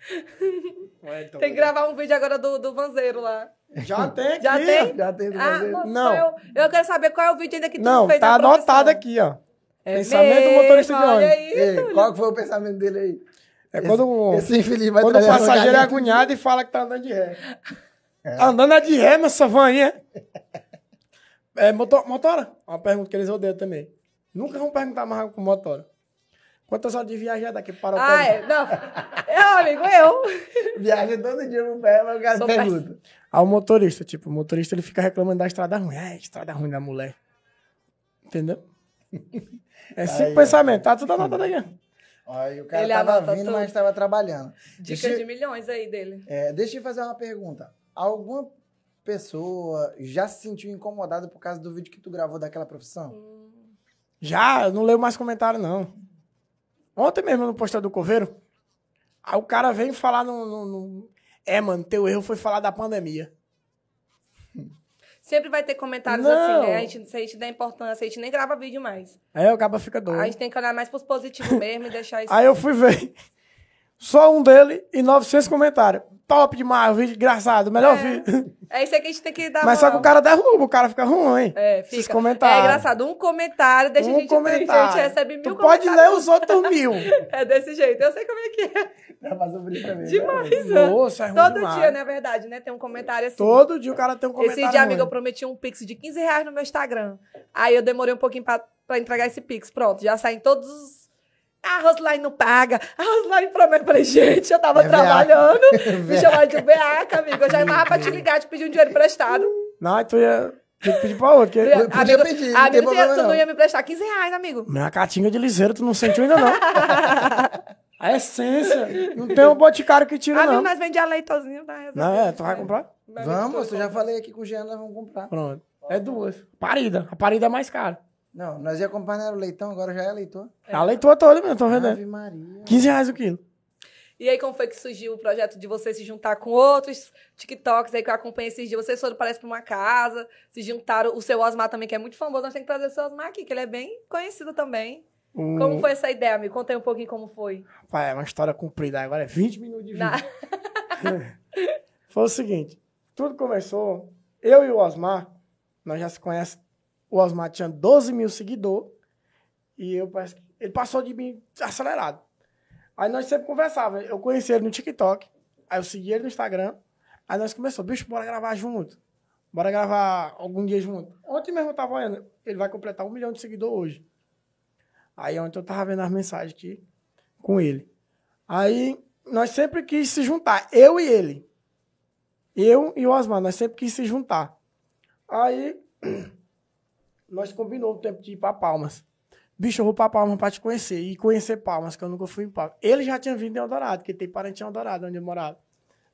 C: Hum. Ué, então,
B: Tem que gravar um vídeo agora do, do Vanzeiro lá. *laughs*
C: Já tem
B: Já
C: aqui,
B: tem?
C: ó.
A: Já teve que
B: Ah,
A: fazer.
B: moço,
C: Não.
B: Eu, eu quero saber qual é o vídeo ainda que tu
C: Não,
B: fez.
C: tá
B: na produção.
C: anotado aqui, ó.
B: É
C: Pensamento
B: mesmo,
C: motorista de
B: olha
C: ônibus.
B: aí.
A: *laughs* Ei, qual que foi o pensamento dele aí?
C: É quando, o-
A: Esse infeliz vai
C: quando o
A: trazer essa
C: passageiro é
A: galinha.
C: agoniado e fala que tá andando de ré. Andando é de ré nessa van aí, é? *laughs* É, motor, motora? Uma pergunta que eles odeiam também. Nunca vão perguntar mais com motora. Quantas horas de viagem é daqui para o
B: Ah, é.
C: Pernambuco?
B: Não. Eu, amigo,
C: *laughs*
B: eu.
A: Viaja todo dia pro pé, mas o cara
B: Sou
A: pergunta.
C: Ao motorista, tipo, o motorista ele fica reclamando da estrada ruim. É, estrada ruim da mulher. Entendeu? É
A: Aí,
C: cinco
A: ó.
C: pensamentos, tá tudo anotado aqui. ó.
A: Olha, o cara
B: Ele
A: tava
B: anota
A: vindo,
B: tudo.
A: mas tava trabalhando.
B: Dica
A: Deixa-
B: de milhões aí dele.
A: É, deixa eu fazer uma pergunta. Alguma pessoa já se sentiu incomodada por causa do vídeo que tu gravou daquela profissão?
B: Hum.
C: Já, eu não leio mais comentário, não. Ontem mesmo no postal do Coveiro, aí o cara vem falar no, no- no- É, mano, teu erro foi falar da pandemia.
B: Sempre vai ter comentários
C: Não.
B: assim, né? A gente, se a gente der importância, a gente nem grava vídeo mais.
C: Aí o cara fica doido.
B: A gente tem que olhar mais pros positivos mesmo e deixar isso.
C: Aí eu fui ver. *laughs* Só um dele e 900 comentários. Top demais, vídeo engraçado, melhor vídeo.
B: É isso aí que a gente tem que dar
C: *laughs* Mas só que
B: moral.
C: o cara derruba, o cara fica ruim.
B: É,
C: Esses
B: fica.
C: comentários.
B: É engraçado. Um comentário deixa a gente triste. A gente recebe mil
C: Tá. tu pode ler
B: comentários.
C: os outros
B: *laughs*
C: mil.
B: É desse jeito. Eu sei como é que é.
A: Tava sobre isso também. né?
B: Demais, né?
C: Nossa, é ruim
B: Todo
C: demais.
B: dia, na verdade, né? Tem um comentário assim.
C: Todo dia o cara tem um comentário
B: Esse dia, amigo, eu
C: ruim.
B: prometi um pix de 15 reais no meu Instagram. Aí eu demorei um pouquinho pra, pra entregar esse pix. Pronto, já saem todos os... Ah, a Roseline não paga. A Roseline promete. Falei, gente, eu tava
A: É
B: trabalhando. Me
A: veaca.
B: chamaram de veaca, amigo. Eu já tava pra te ligar, te pedir um dinheiro emprestado.
C: Não, aí tu ia tinha que pedir pra outro. Porque...
A: Eu podia
B: amigo,
A: pedir, não tem
B: amigo tu, ia-
A: problema
B: tu não
A: não.
B: ia me emprestar 15 reais, amigo.
C: Minha catinga de liseiro, tu não sentiu ainda, não. A essência. Não tem um boticário que tira,
B: Ah,
C: não.
B: não. nós vende a leitozinha, tá? resolvido.
C: Não, é, tu vai comprar?
B: Meu amigo,
A: Vamos,
B: tô-
A: eu já falei aqui com o Jean, nós vamos comprar.
C: Pronto. É duas. Parida. A parida é mais cara.
A: Não, nós ia comprar, não era o leitão, agora já é Ah, leitor.
C: A leitura toda mesmo, tô vendendo.
A: Ave Maria.
C: 15 reais o quilo.
B: E aí, como foi que surgiu o projeto de você se juntar com outros TikToks aí que eu acompanhei esses dias? Vocês foram, parece, pra uma casa, se juntaram. O seu Osmar também, que é muito famoso. Nós temos que trazer o seu Osmar aqui, que ele é bem conhecido também.
C: Um...
B: Como foi essa ideia, amigo? Conta aí um pouquinho como foi.
C: Pai, é uma história comprida. Agora é 20 minutos de vídeo.
B: Na-
C: Foi o seguinte. Tudo começou... Eu e o Osmar, nós já se conhecemos. O Osmar tinha 12 mil seguidores. E eu parece que... Ele passou de mim acelerado. Aí nós sempre conversávamos. Eu conheci ele no TikTok. Aí eu segui ele no Instagram. Aí nós começamos. Bicho, bora gravar junto. Bora gravar algum dia junto. Ontem mesmo eu tava olhando. Ele vai completar um milhão de seguidor hoje. Aí ontem eu tava vendo as mensagens aqui com ele. Aí nós sempre quis se juntar, eu e ele. Eu e o Osmar, nós sempre quis se juntar. Aí *clears throat* nós combinou o tempo de ir pra Palmas. Bicho, eu vou pra Palmas pra te conhecer. E conhecer Palmas, que eu nunca fui em Palmas. Ele já tinha vindo em Eldorado, que tem parente em Eldorado, onde eu morava.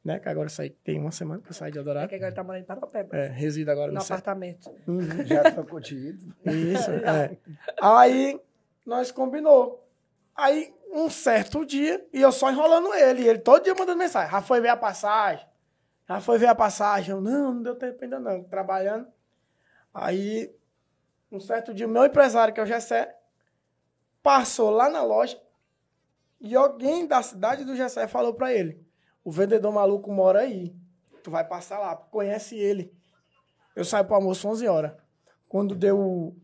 C: Né? Que agora eu saí, tem uma semana que eu saí de
B: É
C: Eldorado.
B: que agora ele tá morando em Paropeba.
C: É, resido agora
B: No
C: no centro.
B: apartamento. Uhum.
A: Já trocou de ídolo.
C: Isso, é. Aí nós combinou. Aí um certo dia, e eu só enrolando ele, e ele todo dia mandando mensagem. Já foi ver a passagem. Já foi ver a passagem. Eu, não, não deu tempo ainda não, trabalhando. Aí, um certo dia, o meu empresário, que é o Gessé, passou lá na loja e alguém da cidade do Gessé falou pra ele: o vendedor maluco mora aí. Tu vai passar lá, conhece ele. Eu saio pro almoço 11 hohoras. Quando deu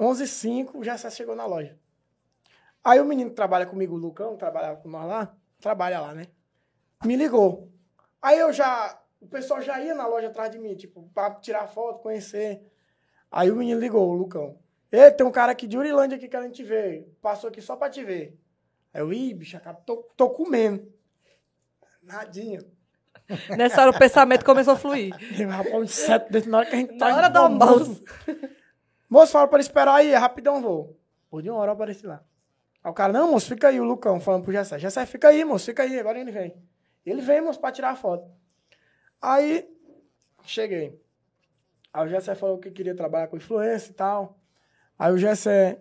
C: 11 h 05 o Jacé chegou na loja. Aí o menino que trabalha comigo, o Lucão, trabalhava com nós lá, trabalha lá, né? Me ligou. Aí eu já. O pessoal já ia na loja atrás de mim, tipo, pra tirar foto, conhecer. Aí o menino ligou, o Lucão. Ei, tem um cara aqui de Urilândia aqui querendo te ver. Passou aqui só pra te ver. Aí eu, ih, bicho, acaba- tô, tô comendo. Nadinha.
B: Nessa hora o pensamento começou a *laughs* fluir.
C: Tem um rapaz de sete dentro na hora que a gente
B: Na
C: tá
B: hora um do almoço.
C: Moço, fala pra ele esperar aí, é rapidão vou. Por de uma hora eu apareci lá. Aí o cara, não, moço, fica aí, o Lucão, falando pro Jessé. Jessé, fica aí, moço, fica aí, agora ele vem. Ele vem, moço, pra tirar a foto. Aí, cheguei. Aí o Jessé falou que queria trabalhar com influência e tal. Aí o Jessé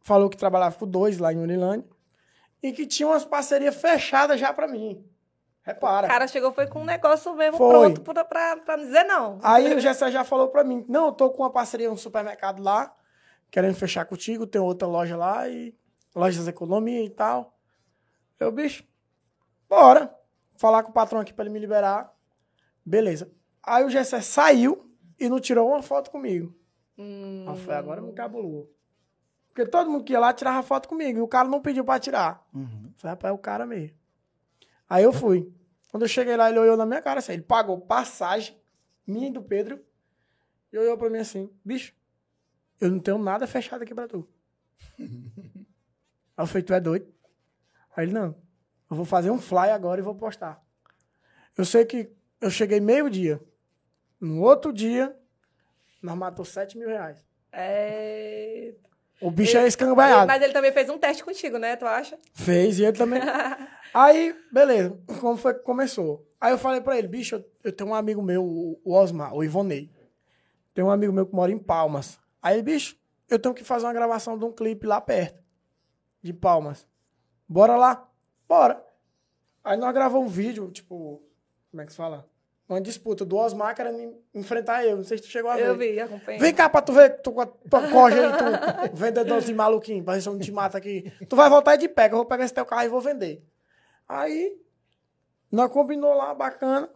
C: falou que trabalhava com dois lá em Unilândia e que tinha umas parcerias fechadas já pra mim. Repara.
B: O cara chegou, foi com um negócio mesmo
C: Foi.
B: pronto pra, pra, pra não dizer não.
C: Aí o Gessé já falou pra mim, não, eu tô com uma parceria no supermercado lá, querendo fechar contigo, tem outra loja lá e lojas economia e tal. Eu, bicho, bora. Falar com o patrão aqui pra ele me liberar. Beleza. Aí o Gessé saiu e não tirou uma foto comigo.
B: Hum,
C: Aí eu falei, agora me cabulou. Porque todo mundo que ia lá tirava foto comigo e o cara não pediu pra tirar. Eu Falei, rapaz, é o cara mesmo. Aí eu fui. Quando eu cheguei lá, ele olhou na minha cara assim. Ele pagou passagem, minha e do Pedro, e olhou pra mim assim: bicho, eu não tenho nada fechado aqui pra *laughs* tu. Aí eu falei: tu é doido? Aí ele: não, eu vou fazer um fly agora e vou postar. Eu sei que eu cheguei meio-dia. No outro dia, nós matou 7 mil reais.
B: é...
C: O bicho é
B: Ele-
C: escambaiado.
B: Mas ele também fez um teste contigo, né? Tu acha?
C: Fez, e ele também. Aí, beleza, como foi que começou? Aí eu falei pra ele, bicho, eu, eu tenho um amigo meu, o o Osmar, o Ivonei. Tem um amigo meu que mora em Palmas. Aí, ele, bicho, eu tenho que fazer uma gravação de um clipe lá perto, de Palmas. Bora lá? Bora. Aí nós gravamos um vídeo, tipo, como é que se fala? Uma disputa do Osmar querendo en- enfrentar eu. Não sei se tu chegou a ver.
B: Eu vi, acompanhei.
C: Vem cá pra tu ver que tu, tu corre aí, tu vendedorzinho maluquinho, pra ver se eu não te mata aqui. Tu vai voltar de pé, que eu vou pegar esse teu carro e vou vender. Aí, nós combinou lá, bacana.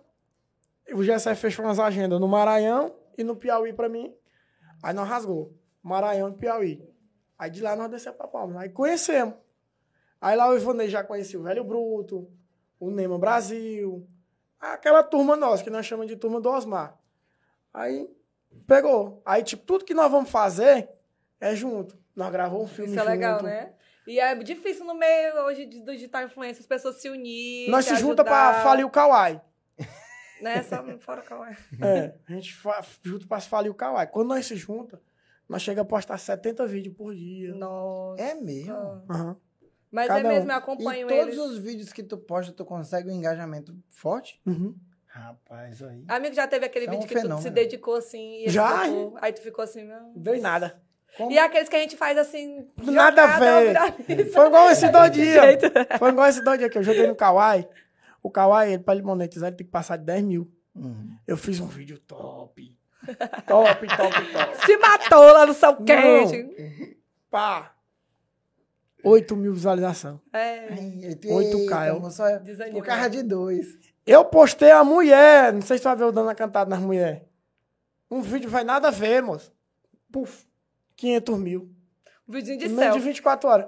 C: O GSF fechou umas agendas no Maranhão e no Piauí pra mim. Aí nós rasgou. Maranhão e Piauí. Aí de lá nós descemos pra Palmas. Aí conhecemos. Aí lá o Ivonei já conhecia o Velho Bruto, o Neymar Brasil, aquela turma nossa, que nós chamamos de turma do Osmar. Aí pegou. Aí, tipo, tudo que nós vamos fazer é junto. Nós gravamos um filme
B: Isso é legal,
C: junto.
B: né? E é difícil no meio hoje de- do digital influencer as pessoas se unirem.
C: Nós se junta pra um
B: para
C: falir o Kawaii.
B: Né? Só fora qual
C: *laughs*
B: é.
C: É, a gente fa- junta pra falir o Kawaii. Quando nós se junta, nós chega a postar 70 vídeos por dia.
B: Nossa.
A: É mesmo.
C: Aham.
B: Mas
C: Cada
B: é
C: um.
B: mesmo, eu
A: E
B: Ah. acompanho
A: todos
B: eles.
A: os vídeos que tu posta, tu consegue um engajamento forte?
C: Uhum.
A: Rapaz, aí.
B: Amigo, já teve aquele
A: É um
B: vídeo que tu se
A: fenômeno.
B: dedicou assim. E
C: Já?
B: ele ficou- Aí tu ficou assim, não.
C: Deu em nada.
A: Como-
B: E aqueles que a gente faz assim.
C: Do nada a
B: jogada,
C: ver.
B: viraliza.
C: Foi
B: *laughs*
C: igual esse dois dias.
B: jeito.
C: Foi igual esse dois dias que eu joguei no Kawaii. O Kawaii, ele, pra ele monetizar, ele tem que passar de 10 mil.
A: Hum.
C: Eu fiz um vídeo top. Top, top,
B: *laughs*
C: top.
B: Se matou lá no São
C: Não.
B: Quente.
C: Pá. 8 mil visualizações.
B: É.
A: Ai, eu-
C: 8K,
A: Eita,
C: eu-
A: moço, é
B: Desanimou.
A: Por causa de dois.
C: Eu postei a mulher. Não sei se tu vai ver eu dando a cantada nas mulheres. Um vídeo vai nada a ver, moço. Puf. 500 mil.
B: Um Vidinho de
C: Em menos de
B: selfie.
C: 24 horas.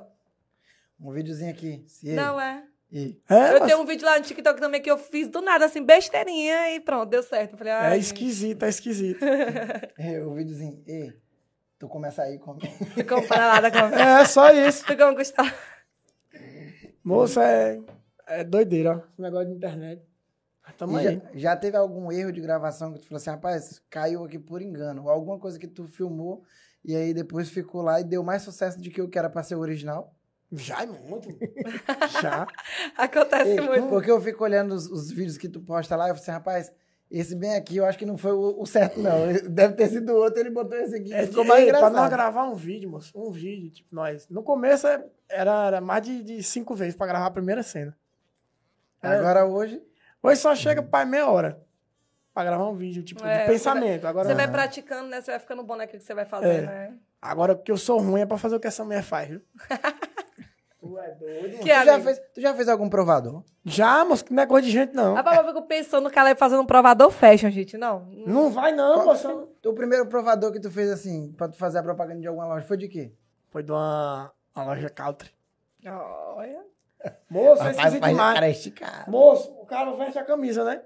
A: Um videozinho aqui. Se
B: Não é.
A: E
C: É,
B: eu
C: mas
B: tenho um vídeo lá no TikTok também que eu fiz do nada, assim, besteirinha e pronto, deu certo. Eu falei,
C: é
B: ai, gente,
C: esquisito, é esquisito.
A: é, o videozinho, ei, tu começa aí com. *laughs*
B: ficou parada com *laughs* a
C: É só isso.
B: Ficou Gustavo.
C: Moça, é, é doideira, ó. Esse negócio de internet. Mas Tamo
A: E
C: aí.
A: já, já teve algum erro de gravação que tu falou assim, rapaz, caiu aqui por engano, ou alguma coisa que tu filmou e aí depois ficou lá e deu mais sucesso do que o que era pra ser o original?
C: Já é muito. Já.
B: Acontece
A: Ei,
B: muito.
A: Porque eu fico olhando os, os vídeos que tu posta lá e eu falo assim, rapaz, esse bem aqui eu acho que não foi o, o certo, não. *laughs* Deve ter sido outro, ele botou esse aqui.
C: É,
A: ficou mais engraçado.
C: Pra nós gravar um vídeo, moço. Um vídeo, tipo, nós. No começo é- era, era mais de, de cinco vezes pra gravar a primeira cena. É.
A: Agora hoje.
C: Hoje só chega pra meia hora pra gravar um vídeo, tipo,
B: É,
C: de pensamento. Agora,
B: Você vai praticando, né? Você vai ficando bom naquilo que você vai fazer,
C: É.
B: né?
C: agora que eu sou ruim é pra fazer o que essa mulher faz,
B: *laughs*
C: viu? tu é doido?
B: Que
A: Tu já,
B: amigo?
A: fez, tu já fez algum provador?
C: Já, moço, que não é coisa de gente, não.
B: A Papai eu fico pensando no Caleb fazendo um provador fashion, gente. Não.
C: Não vai, não, moço.
A: é O primeiro provador que tu fez assim, pra tu fazer a propaganda de alguma loja, foi de quê?
C: Foi de uma, uma loja country.
B: Olha.
C: Moço, é esquisito demais.
A: esticado.
C: Moço, o cara veste a camisa, né?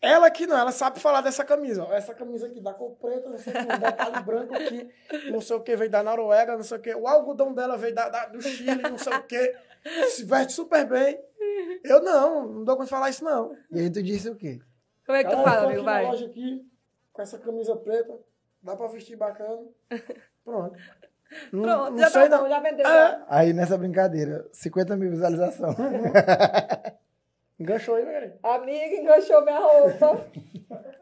C: Ela que não, ela sabe falar dessa camisa. ó. Essa camisa aqui da cor preta, não sei o que, um detalhe *laughs* branco aqui, não sei o que, veio da Noruega, não sei o que. O algodão dela veio da, da- do Chile, não sei o que. Se veste super bem. Eu não, não dou conta de falar isso, não.
A: E aí tu disse o quê?
B: Como é que tu
C: Galera,
B: fala,
C: eu tô
B: amigo?
C: aqui na
B: Vai.
C: loja aqui, com essa camisa preta, dá pra vestir bacana. Pronto. Não,
B: Pronto,
C: não
B: já
C: sei
B: tá
C: não.
B: bom, já vendeu.
C: É.
B: já.
A: Aí nessa brincadeira, 50 mil visualização.
C: Enganchou aí, meu querido.
B: Amiga, enganchou minha
C: *laughs*
B: roupa.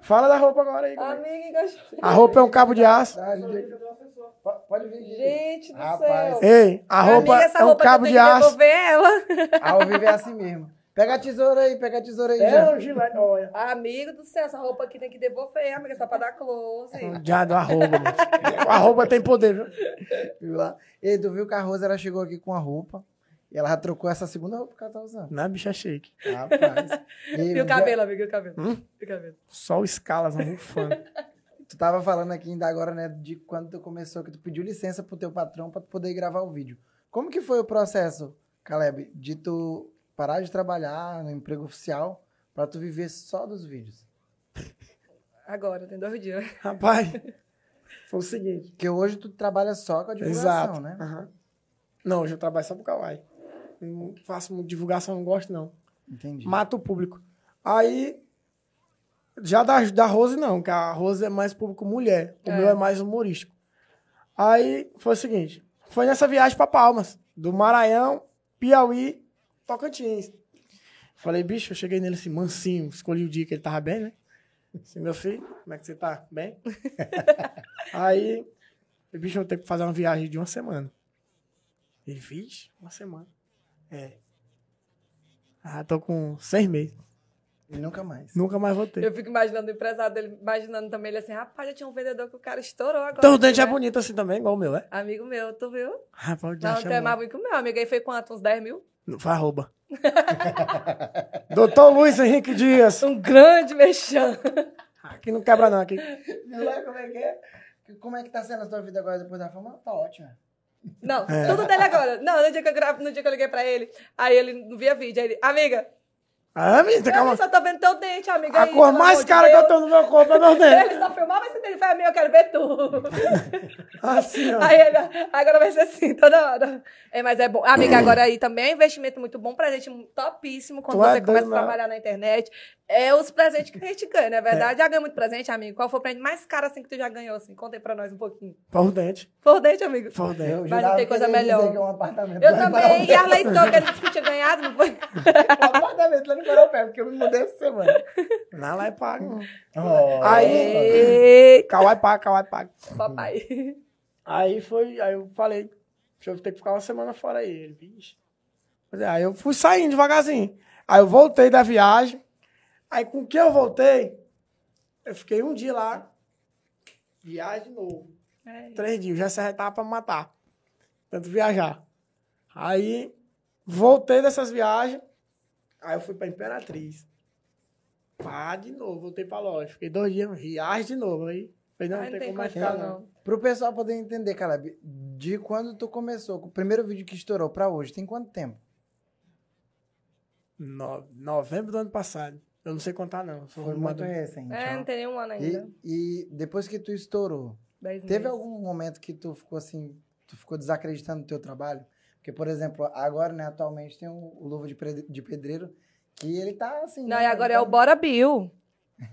C: Fala da roupa agora aí. como é?
B: Amiga, enganchou.
C: A roupa é um cabo de aço.
A: Ah, gente, po- Pode vir, gente.
B: Gente do
A: Rapaz.
B: céu.
C: Ei, a roupa
B: Amiga, essa
C: é um
B: roupa
C: cabo
B: que eu
C: de
B: tenho que
C: aço.
B: devolver ela.
A: Ao vivo é assim mesmo. Pega a tesoura aí, pega a tesoura aí,
C: É
A: já.
B: um
C: o Gillette, olha.
B: Amigo do céu, essa roupa aqui tem que devolver, amiga, só pra dar close.
C: Já do arroba, mano. O arroba tem poder, viu?
A: Viu lá? E tu viu que a Rosa ela chegou aqui com a roupa e ela já trocou essa segunda roupa que ela tá
C: *laughs*
A: usando.
C: Não é bicha shake.
A: Rapaz. Ei,
B: E o
A: já-
B: cabelo, amiga, e o cabelo.
C: Hum?
B: E o cabelo.
C: Só o escalas, mano,
B: *laughs*
C: rufando.
A: Tu tava falando aqui ainda agora, né, de quando tu começou, que tu pediu licença pro teu patrão pra tu poder gravar o vídeo. Como que foi o processo, Caleb, de tu parar de trabalhar no emprego oficial pra tu viver só dos vídeos?
B: Agora, tem dois dias.
C: Rapaz, foi o seguinte.
A: Porque hoje tu trabalha só com a divulgação,
C: Exato.
A: né?
C: Aham. Não, hoje eu trabalho só pro Kawaii. Não faço muito divulgação, não gosto, não.
A: Entendi.
C: Mata o público. Aí, já da, da Rose não, que a Rose é mais público mulher. O
B: É.
C: meu é mais humorístico. Aí, foi o seguinte. Foi nessa viagem pra Palmas. Do Maranhão, Piauí, Tocantins. Falei, bicho, eu cheguei nele assim, mansinho. Escolhi o dia que ele tava bem, né? Assim, meu filho, como é que você tá? Bem? Aí, eu, bicho, eu tenho que fazer uma viagem de uma semana. Ele, vixe, uma semana. É. Ah, tô com seis meses.
A: E nunca mais. *laughs*
C: Nunca mais vou ter.
B: Eu fico imaginando o empresário dele, imaginando também ele assim, rapaz, já tinha um vendedor que o cara estourou agora.
C: Então o dente é
B: né?
C: bonito assim também, igual o meu, é?
B: Amigo meu, tu viu?
C: Ah, pode
B: Não, tu é
C: deixar.
B: mais
C: bom.
B: bonito que o meu, amigo. Aí foi quanto? Uns 10 mil?
C: Não faz rouba. *laughs* Doutor Luiz Henrique Dias. Ah,
B: Um grande mexão.
C: Aqui não quebra não, aqui.
A: Viu lá como é que é? Como é que tá sendo a tua vida agora depois da fama? Tá ótima.
B: Não,
C: É.
B: tudo dele agora. Não, no dia que eu, gravo, no dia que eu liguei pra ele, aí ele não via vídeo. Aí ele, amiga,
C: Ah, menina,
B: eu
C: calma.
B: só tô vendo teu dente, amiga.
C: A
B: aí,
C: cor
B: pelo
C: mais
B: amor de
C: cara que eu
B: Deus.
C: tô no meu corpo é
B: *laughs*
C: meu dente.
B: Ele só filmava esse dele, foi amigo, eu quero ver tu.
C: Assim, ó.
B: Aí ele, agora vai ser assim, toda hora. É, mas é bom. Amiga, agora aí também é um investimento muito bom, presente topíssimo quando
C: Tu é
B: você começa
C: doido,
B: a
C: né?
B: trabalhar na internet. É os presentes que a gente ganha, não é verdade? Já ganhou muito presente, amigo? Qual foi o presente mais caro assim que tu já ganhou, assim? Conta aí pra nós um pouquinho.
C: Foi o dente.
B: Por dente, amigo.
C: Foi o dente.
A: Eu
B: Mas não
A: jurava
B: tem
A: que
B: coisa
A: ele ia dizer
B: melhor.
A: que é um apartamento
B: Eu
A: lá em
B: também.
A: Paraupé.
B: E a Leitor, que ele disse que tinha ganhado, não foi?
A: Um apartamento lá no Coropé, porque eu me mudei
B: *laughs*
A: essa semana.
C: Não, lá é pago.
A: Aí,
B: Ei,
C: Kawai paga, Kawai paga.
B: É. papai.
C: Aí foi, aí eu falei, deixa eu ter que ficar uma semana fora aí. Ele, bicho. Mas é, Aí eu fui saindo devagarzinho. Aí eu voltei da viagem. Aí com que eu voltei, eu fiquei um dia lá. Viagem de novo. Três dias, já se arretava pra me matar. Tanto viajar. Aí voltei dessas viagens. Aí eu fui pra Imperatriz. Pá, de novo, voltei pra loja. Fiquei dois dias, viagem de novo. Aí falei, não,
B: Ai, não tem como
C: mais
B: ficar,
C: ficar,
B: não.
A: pro pessoal poder entender, Caleb, de quando tu começou, com o primeiro vídeo que estourou pra hoje, tem quanto tempo?
C: No- novembro do ano passado. Eu não sei contar, não.
A: Foi
C: Sou um
A: muito
C: maduro.
A: recente.
B: É, não tem nenhum ano ainda.
A: E, e depois que tu estourou,
B: Dez
A: teve
B: meses.
A: algum momento que tu ficou assim, tu ficou desacreditando no teu trabalho? Porque, por exemplo, agora, né, atualmente tem o, o Luva de, Pre- de Pedreiro, que ele tá assim...
B: Não,
A: né,
B: e agora é
A: ele
B: o Bora Bill.
A: tá-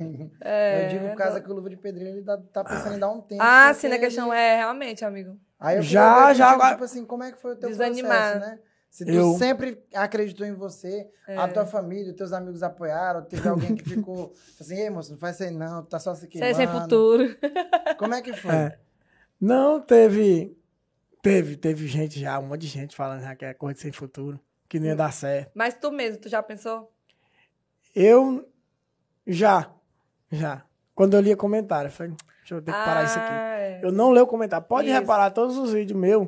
B: É,
A: Eu digo por causa que o Luva de Pedreiro, ele dá- tá pensando em dar um tempo.
B: Ah,
A: porque
B: sim, na
A: ele-
B: questão. É, realmente, amigo.
A: Aí eu queria
C: Já,
A: ver
C: já,
A: contigo,
C: agora-
A: Tipo assim, como é que foi o teu
B: Desanimar.
A: processo, né? Se tu
C: Eu-
A: sempre acreditou em você, a
B: É.
A: tua família, os teus amigos apoiaram, teve alguém que ficou
C: *laughs*
A: assim, ei, moço, não faz isso aí não, tu tá só se
B: Você é
A: queimando.
B: sem futuro.
A: Como é que foi?
C: É. Não, teve. Teve, teve gente já, um monte de gente falando já que é corrida sem futuro, que não ia dar certo.
B: Mas tu mesmo, tu já pensou?
C: Eu já, já. Quando eu lia comentário, eu falei, "Hum, deixa eu ter que parar isso aqui.
B: Ah, é.
C: Eu não leio comentário. Pode
B: Isso.
C: reparar, todos os vídeos meus,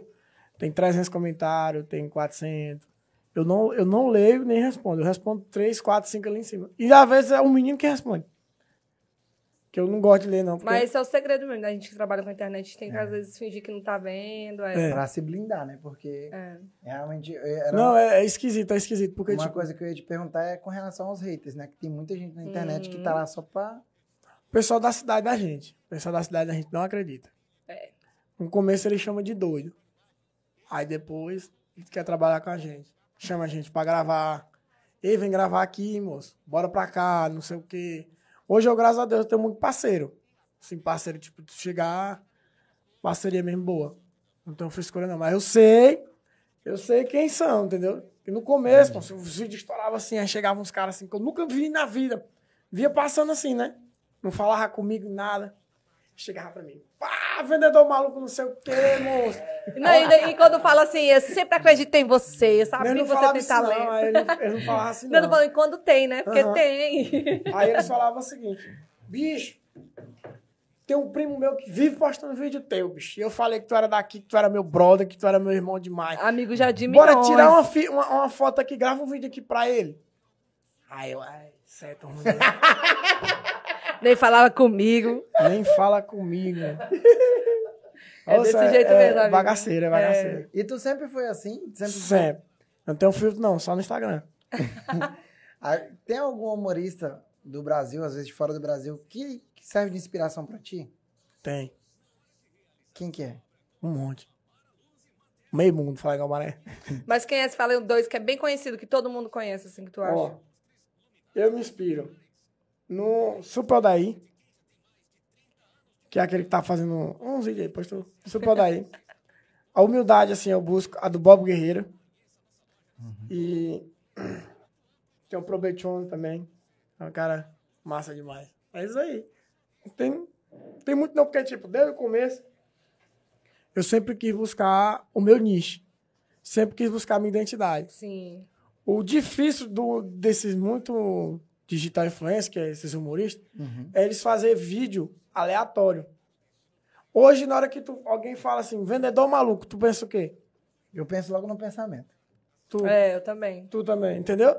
C: tem 300 comentários, tem 400. Eu não, eu não leio nem respondo. Eu respondo 3, 4, 5 ali em cima. E às vezes é o menino que responde. Que eu não gosto de ler, não. porque-
B: Mas esse é o segredo mesmo da gente que trabalha com a internet.
C: É.
B: Tem que, às vezes, fingir que não tá vendo. É.
A: Pra se blindar, né? Porque
B: É.
A: realmente eh, era
C: Não, é, é esquisito, é esquisito. Porque,
A: uma
C: tipo,
A: coisa que eu ia te perguntar é com relação aos haters, né? Que tem muita gente na internet que tá
B: Uhum.
A: lá só pra.
C: O pessoal da cidade da gente. O pessoal da cidade da gente não acredita.
B: É.
C: No começo ele chama de doido. Aí depois ele quer trabalhar com a gente. Chama a gente pra gravar. Ei, vem gravar aqui, moço. Bora pra cá, não sei o quê. Hoje eu, graças a Deus, tenho muito parceiro. Assim, parceiro, tipo, de chegar, parceria mesmo boa. Não tenho frescura não. Mas eu sei, eu sei quem são, entendeu? E no começo, pô, os vídeos estouravam assim, aí chegavam uns caras assim que eu nunca vi na vida. Via passando assim, né? Não falava comigo nada. Chegava pra mim. Pá, vendedor maluco, não sei o quê, moço.
B: E, não, ainda- e quando fala assim, eu sempre acredito em você, eu sabia
C: Mas
B: Tá que
C: não
B: você
C: falava
B: tem
C: isso, não.
B: talento.
C: Aí ele, ele não
B: *laughs*
C: falava assim,
B: Não, eu
C: não.
B: tô falando quando tem, né? Porque
C: Aham.
B: tem. *laughs*
C: Aí eles falavam o seguinte: bicho, tem um primo meu que vive postando vídeo teu, bicho. E eu falei que tu era daqui, que tu era meu brother, que tu era meu irmão demais.
B: Amigo já de
C: Bora
B: milhões.
C: tirar uma, fi- uma- uma foto aqui, grava um vídeo aqui pra ele. Aí eu, ai, certo, ruim. né?"
B: Nem falava comigo.
C: *laughs* Nem fala comigo.
B: É desse jeito
C: é
B: mesmo, amigo.
C: Bagaceira, é bagaceira.
A: E tu sempre foi assim? Sempre foi-
C: Sempre. Eu Não tenho filtro, não, só no Instagram.
A: Ah, Tem algum humorista do Brasil, às vezes de fora do Brasil, que, que serve de inspiração pra ti?
C: Tem.
A: Quem que é?
C: Um monte. Meio mundo, fala Galmaré.
B: Mas quem é? Você fala um dois que é bem conhecido, que todo mundo conhece, assim, que tu acha.
C: Ó, eu me inspiro no Super Daí, que é aquele que tá fazendo uns vídeos aí, postou.
B: *laughs*
C: Super Daí. A humildade, assim, eu busco a do Bob Guerreiro. E *clears throat* tem o Probechon também. É um cara massa demais. É isso aí. Não Tem, tem muito não, porque, tipo, desde o começo, eu sempre quis buscar o meu nicho. Sempre quis buscar a minha identidade.
B: Sim.
C: O difícil do, desses muito digital influencers, que é esses humoristas,
B: Uhum.
C: é eles fazer vídeo aleatório. Hoje, na hora que tu, alguém fala assim, vendedor maluco, tu pensa o quê?
A: Eu penso logo no pensamento.
C: Tu,
B: É, eu também.
C: tu também, entendeu?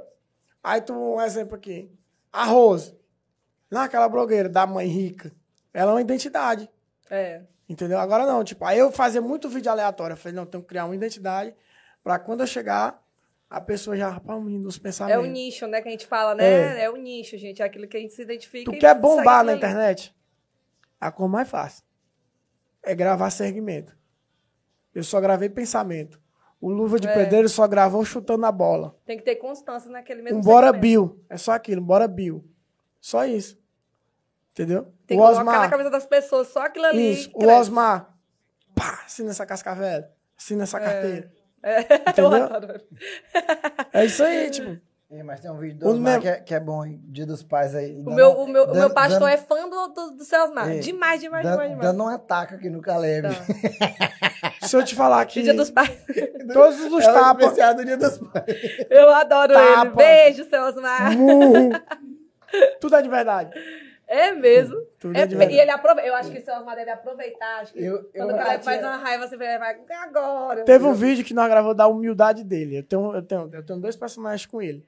C: Aí tu, um exemplo aqui. Arroz. Não, aquela blogueira da mãe rica. Ela é uma identidade.
B: É.
C: Entendeu? Agora não, tipo, aí eu fazia muito vídeo aleatório. Eu falei, não, tenho que criar uma identidade pra quando eu chegar, a pessoa já, rapaz, o menino dos
B: É
C: pensamentos.
B: o nicho, né, que a gente fala, né? É, o nicho, gente. É aquilo que a gente se identifica.
C: Tu
B: e
C: quer
B: segue
C: bombar na
B: daí.
C: internet? A coisa mais fácil é gravar segmento. Eu só gravei pensamento. O Luva de
B: É.
C: Pedreiro só gravou chutando a bola.
B: Tem que ter constância naquele mesmo
C: um bora
B: segmento.
C: Bill. É só aquilo, um bora Bill. Só isso. Entendeu?
B: Tem
C: o
B: que colocar na
C: Osmar.
B: cabeça das pessoas só aquilo ali.
C: Isso.
B: que
C: O
B: cresce.
C: Osmar. Pá, assina essa cascavel. Assina essa carteira.
B: É, *laughs* eu
C: Entendeu?
B: adoro.
C: É isso aí, tipo.
A: Ih, mas tem um vídeo do
C: O
A: Osmar
C: meu-
A: que, é, que é bom, hein? Dia dos pais aí.
B: O meu, o meu, o meu pastor é fã do, do, do seu Osmar.
A: Ei,
B: Demais, demais, demais, demais.
A: Dando um ataque aqui no *laughs* Caleb. é
B: Tá.
C: Se eu te falar
B: *laughs*
C: que
B: Dia dos pais.
C: todos os
A: É o
C: tapas,
A: especial do Dia dos Pais.
B: Eu adoro ele.
C: Tapa.
B: Beijo, seu Osmar.
C: murro, tudo é de verdade.
B: É mesmo.
C: Tudo
B: É,
C: de
B: e
C: verdade.
B: ele aprove... Eu acho que o seu Osmar deve aproveitar. Acho que
A: Eu- eu
B: quando o cara
A: bati-
C: é-
B: faz uma raiva, você vai vai, agora.
C: Teve um vídeo que nós gravamos da humildade dele. Eu tenho, eu tenho, eu tenho dois personagens com ele.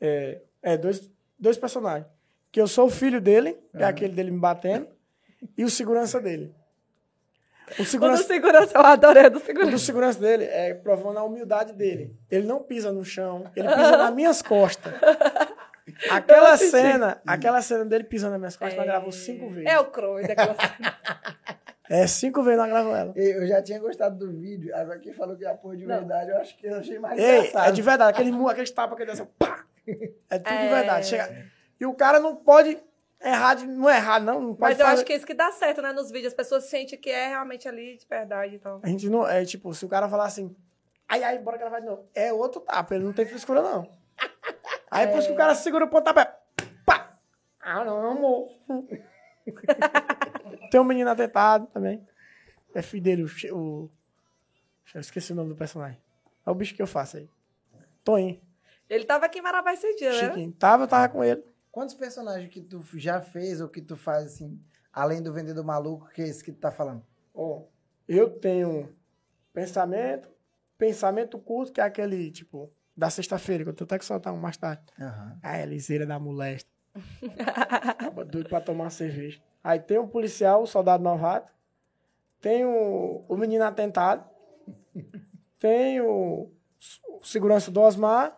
C: É, é, dois, dois personagens. Que eu sou o filho dele, que é aquele dele me batendo, e o segurança dele. O
B: O do
C: segurança,
B: segurança, eu adorei o é do
C: o do
B: segurança.
C: segurança dele é provando a humildade dele. Ele não pisa no chão, ele pisa nas minhas costas. Aquela cena, aquela cena dele pisando nas minhas costas, nós gravou cinco vezes.
B: É o Crowe daquela
C: *laughs* É, cinco vezes nós gravamos ela.
A: Eu já tinha gostado do vídeo, agora quem falou que é a porra de verdade, eu acho que eu achei mais
C: Ei,
A: engraçado.
C: é de verdade. Aquele mu, aquele tapa, aquele assim, pá! É tudo de
B: É.
C: verdade. Chega. E o cara não pode errar, de, não é errar, não. não pode
B: Mas eu
C: fazer-
B: acho que isso que dá certo, né? Nos vídeos, as pessoas sentem que é realmente ali de verdade, então.
C: A gente não. É tipo, se o cara falar assim, ai, ai, bora gravar de novo. É outro tapa, ele não tem
B: *laughs*
C: frescura, não. Aí é por isso que o cara segura o pontapé. Pá! Ah,
B: *laughs*
C: não, amor. tem um menino atentado também. É filho dele, o. che- o eu esqueci o nome do personagem. É o bicho que eu faço aí. Toim.
B: Ele tava aqui em Marabá esse dia, né?
C: Chiquinho. Tava, eu tava com ele.
A: Quantos personagens que tu já fez ou que tu faz, assim, além do Vendedor Maluco, que é esse que tu tá falando?
C: Ó, eu tenho pensamento, pensamento curto, que é aquele, tipo, da sexta-feira, que eu tô até que soltar um mais tarde.
A: Aham.
C: Ah, é liseira da molesta. Tava doido pra tomar uma cerveja. Aí tem o policial, o soldado novato. Tem o, o menino atentado. Tem o, o segurança do Osmar.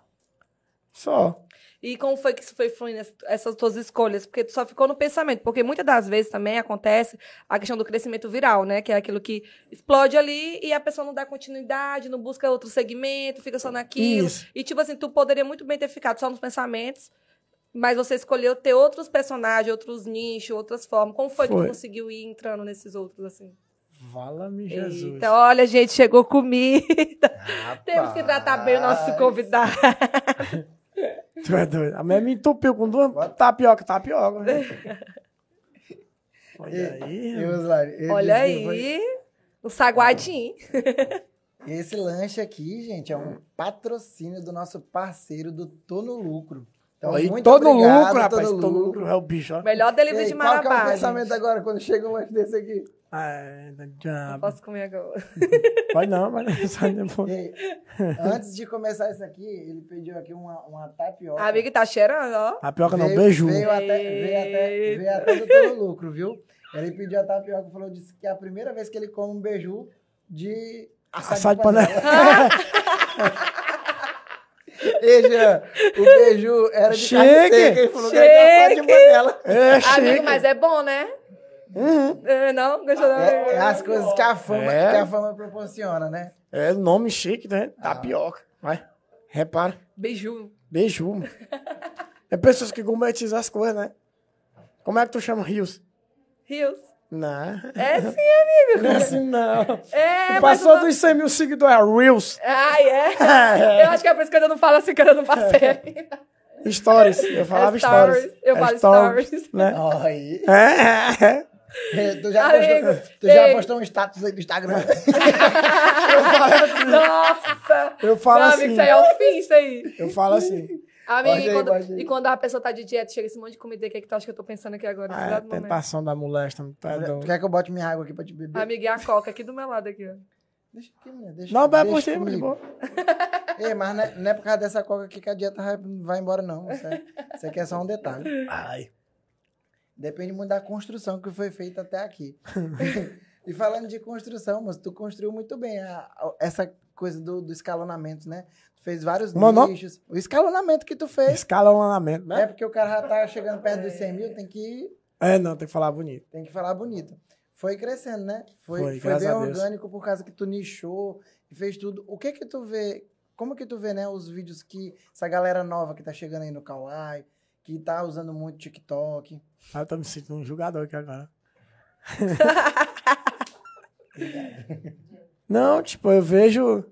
C: Só.
B: *laughs* E como foi que isso foi fluindo, ess- essas tuas escolhas? Porque tu só ficou no pensamento. Porque muitas das vezes também acontece a questão do crescimento viral, né? Que é aquilo que explode ali e a pessoa não dá continuidade, não busca outro segmento, fica só naquilo.
C: Isso.
B: E, tipo assim, tu poderia muito bem ter ficado só nos pensamentos, mas você escolheu ter outros personagens, outros nichos, outras formas. Como foi, que
C: Foi.
B: tu conseguiu ir entrando nesses outros, assim?
C: Vala-me Jesus.
B: Eita, olha, gente, chegou comida. *laughs* Temos que tratar bem o nosso
A: Rapaz.
B: convidado.
C: Tu é doido. A mulher me entupiu com duas
A: Bota.
C: tapioca, tapioca. né? Olha
A: E-
C: aí.
A: E, Oslário, ele
B: Olha
A: disse que foi-
B: aí, um saguadinho.
A: Esse lanche aqui, gente, é um patrocínio do nosso parceiro do Tô no Lucro. Então,
C: Aí,
A: muito
C: todo
A: obrigado,
C: lucro, rapaz.
A: Tô no
C: Todo lucro é o bicho, ó.
B: Melhor delivery
A: Ei,
B: de
A: qual que é o
B: Marabá. gente.
A: pensamento agora quando chega um lanche desse
B: *laughs*
A: aqui?
C: Ai, não
B: Não
C: adianta.
B: posso comer agora.
C: Pode não, mas só depois.
A: Ei, antes de começar isso aqui, ele pediu aqui uma, uma tapioca.
B: A amiga tá cheirando,
A: *laughs*
B: ó.
C: Tapioca Ah, não,
A: Veio-
C: beijo.
A: Veio até, veio até, veio até do Tô no Lucro, viu? Ele pediu a tapioca e falou disse que é a primeira vez que ele come um beiju de
C: Assado de panela.
A: *laughs* Ei, Jean, o beiju era de carne
C: Chique!
A: seca. Ele falou que era de assado de
B: Chique!
A: panela.
C: É, chique.
B: Amigo, mas é bom, né? É, não? Gostou da
A: Uhum. É, é as coisas que a, fama,
C: É.
A: que a fama proporciona, né?
C: É nome chique, né? Tapioca. Vai. Repara.
B: Beijo.
C: Beijo. mano. É pessoas que gourmetizam as coisas, né? Como é que tu chama Rios?
B: Rios.
C: Não.
B: É sim,
C: Não é
B: amigo.
C: assim, não.
B: É,
C: Tu
B: mas
C: Passou
B: o no-
C: dos 100 mil seguidores, é Reels.
B: Ai,
A: *laughs*
B: é. Eu acho que é por isso que eu não falo assim, que eu não passei.
C: *laughs* Stories. Eu falava
B: stories.
C: stories.
B: Eu
C: É
B: falo stories.
C: Né?
A: Aí.
C: É, é, é.
A: *laughs* Tu já,
B: Amigo,
A: postou, tu já
B: ei.
A: postou um status aí do Instagram.
B: Nossa.
C: Eu falo
B: não,
C: assim.
B: amigo, isso aí é o fim, isso aí.
C: Eu falo
B: *laughs*
C: assim.
B: Amigo,
A: Pode
B: e,
A: ir,
B: quando,
A: pode ir.
B: e quando a pessoa tá de dieta, chega esse monte de comida, o que é que tu acha que eu tô pensando aqui agora? nesse
C: Ah, é
B: exato momento?
C: tentação da molesta. Não tá
A: tu
C: doido.
A: quer que eu bote minha água aqui pra te beber?
B: Amigo, e a coca aqui do meu lado, aqui, ó.
A: Deixa aqui, menina. Deixa,
C: Não, vai por
A: deixa
C: cima, de
A: comigo.
C: boa.
A: Ei, mas não é, não é por causa dessa coca aqui que a dieta vai- vai embora, não. Isso, é, isso aqui é só um detalhe.
C: Ai.
A: Depende muito da construção que foi feita até
C: *laughs*
A: aqui. e falando de construção, mas tu construiu muito bem a- a- essa coisa do, do escalonamento, né? Tu fez vários
C: Mano.
A: nichos. O escalonamento que tu fez.
C: Escalonamento,
A: É
C: né?
A: porque o cara já tá chegando perto dos 100 mil, tem que,
C: É, não, tem que falar bonito.
A: tem que falar bonito. Foi crescendo, né? Foi,
C: Foi,
A: foi,
C: graças
A: bem
C: a Deus.
A: orgânico por causa que tu nichou e fez tudo. O que que tu vê? Como que tu vê, né, os vídeos que essa galera nova que tá chegando aí no Kawaii, que tá usando muito TikTok?
C: Ah, eu tô me sentindo um jogador aqui agora. Não, tipo, eu vejo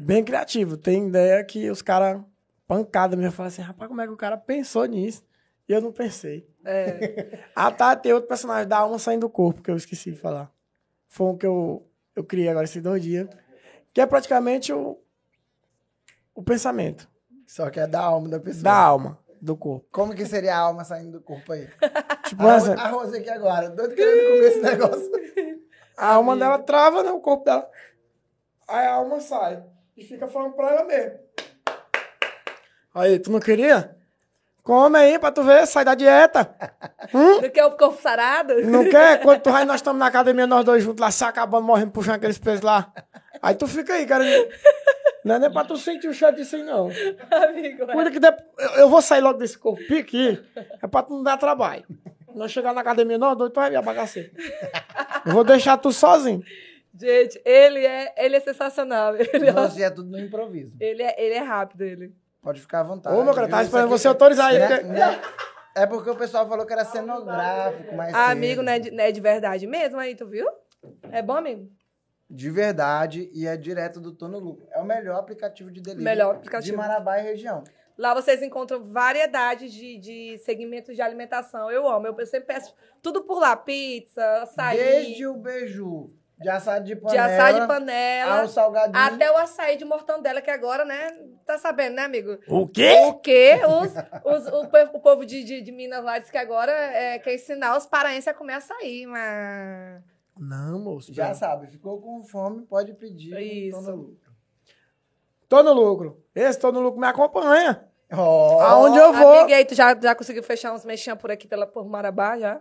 C: bem criativo. Tem ideia que os caras, pancada mesmo, falam assim, rapaz, como é que o cara pensou nisso? E eu não pensei.
B: É.
C: *laughs* Ah, tá, tem outro personagem da alma saindo do corpo, que eu esqueci de falar. Foi um que eu, eu criei agora esses dois dias. Que é praticamente o, o pensamento
A: Só que é da alma da pessoa.
C: da alma, do corpo.
A: Como que seria a alma saindo do corpo aí?
C: Tipo,
A: A,
C: um
A: Ro-
C: exemplo.
A: a Rose aqui agora, doido querendo comer esse
C: *laughs*
A: negócio.
C: A alma dela trava, né? O corpo dela. Aí a alma sai. E fica falando pra ela mesmo. Aí, tu não queria? Come aí pra tu ver, sai da dieta.
B: Do que o corpo sarado?
C: Não quer? Quando tu vai, nós estamos na academia, nós dois juntos lá, se acabando, morrendo, puxando aqueles pesos lá. Aí tu fica aí, cara. Não é nem pra tu sentir o cheiro disso aí, não.
B: *laughs* Amigo, é.
C: Cuida que de- eu- eu vou sair logo desse corpo pique, é pra tu não dar trabalho. Nós chegar na academia, nós dois, tu vai me abacacer. Eu vou deixar tu sozinho.
B: Gente, ele é, ele é sensacional. *laughs* Ele é,
A: Nossa, e é tudo no improviso.
B: ele é, ele é rápido, ele.
A: Pode ficar à vontade.
C: Ô, meu cara, tá
A: viu? Isso
C: esperando
A: aqui-
C: você autorizar aí.
A: Né?
C: porque-
A: Né? É porque o pessoal falou que era cenográfico, mas.
B: amigo, não é, de, não é de verdade mesmo aí, tu viu? É bom, amigo?
A: De verdade e é direto do Tono Lucro. É o melhor aplicativo de delivery.
B: Melhor aplicativo.
A: De Marabá e região.
B: Lá vocês encontram variedade de, de segmentos de alimentação. Eu amo. Eu sempre peço tudo por lá. Pizza, açaí,
A: Desde o beiju, de assado de
B: de
A: panela,
B: açaí de panela,
A: ao salgadinho.
B: até o açaí de mortandela, que agora, né? Tá sabendo, né, amigo?
C: O quê?
B: O quê? Os, os- o, povo- o povo de, de, de Minas lá diz que agora é, quer ensinar os paraenses a comer açaí, mas...
C: Não, moço.
A: Já
C: Já
A: sabe, ficou com fome, pode pedir
B: Isso.
A: no Tono Lucro.
C: Tô no lucro. Esse tô no lucro me acompanha.
A: Ó,
C: Aonde eu vou?
B: Amiga, e aí, tu já, já conseguiu fechar uns mexinhas por aqui, pela, por Marabá, já?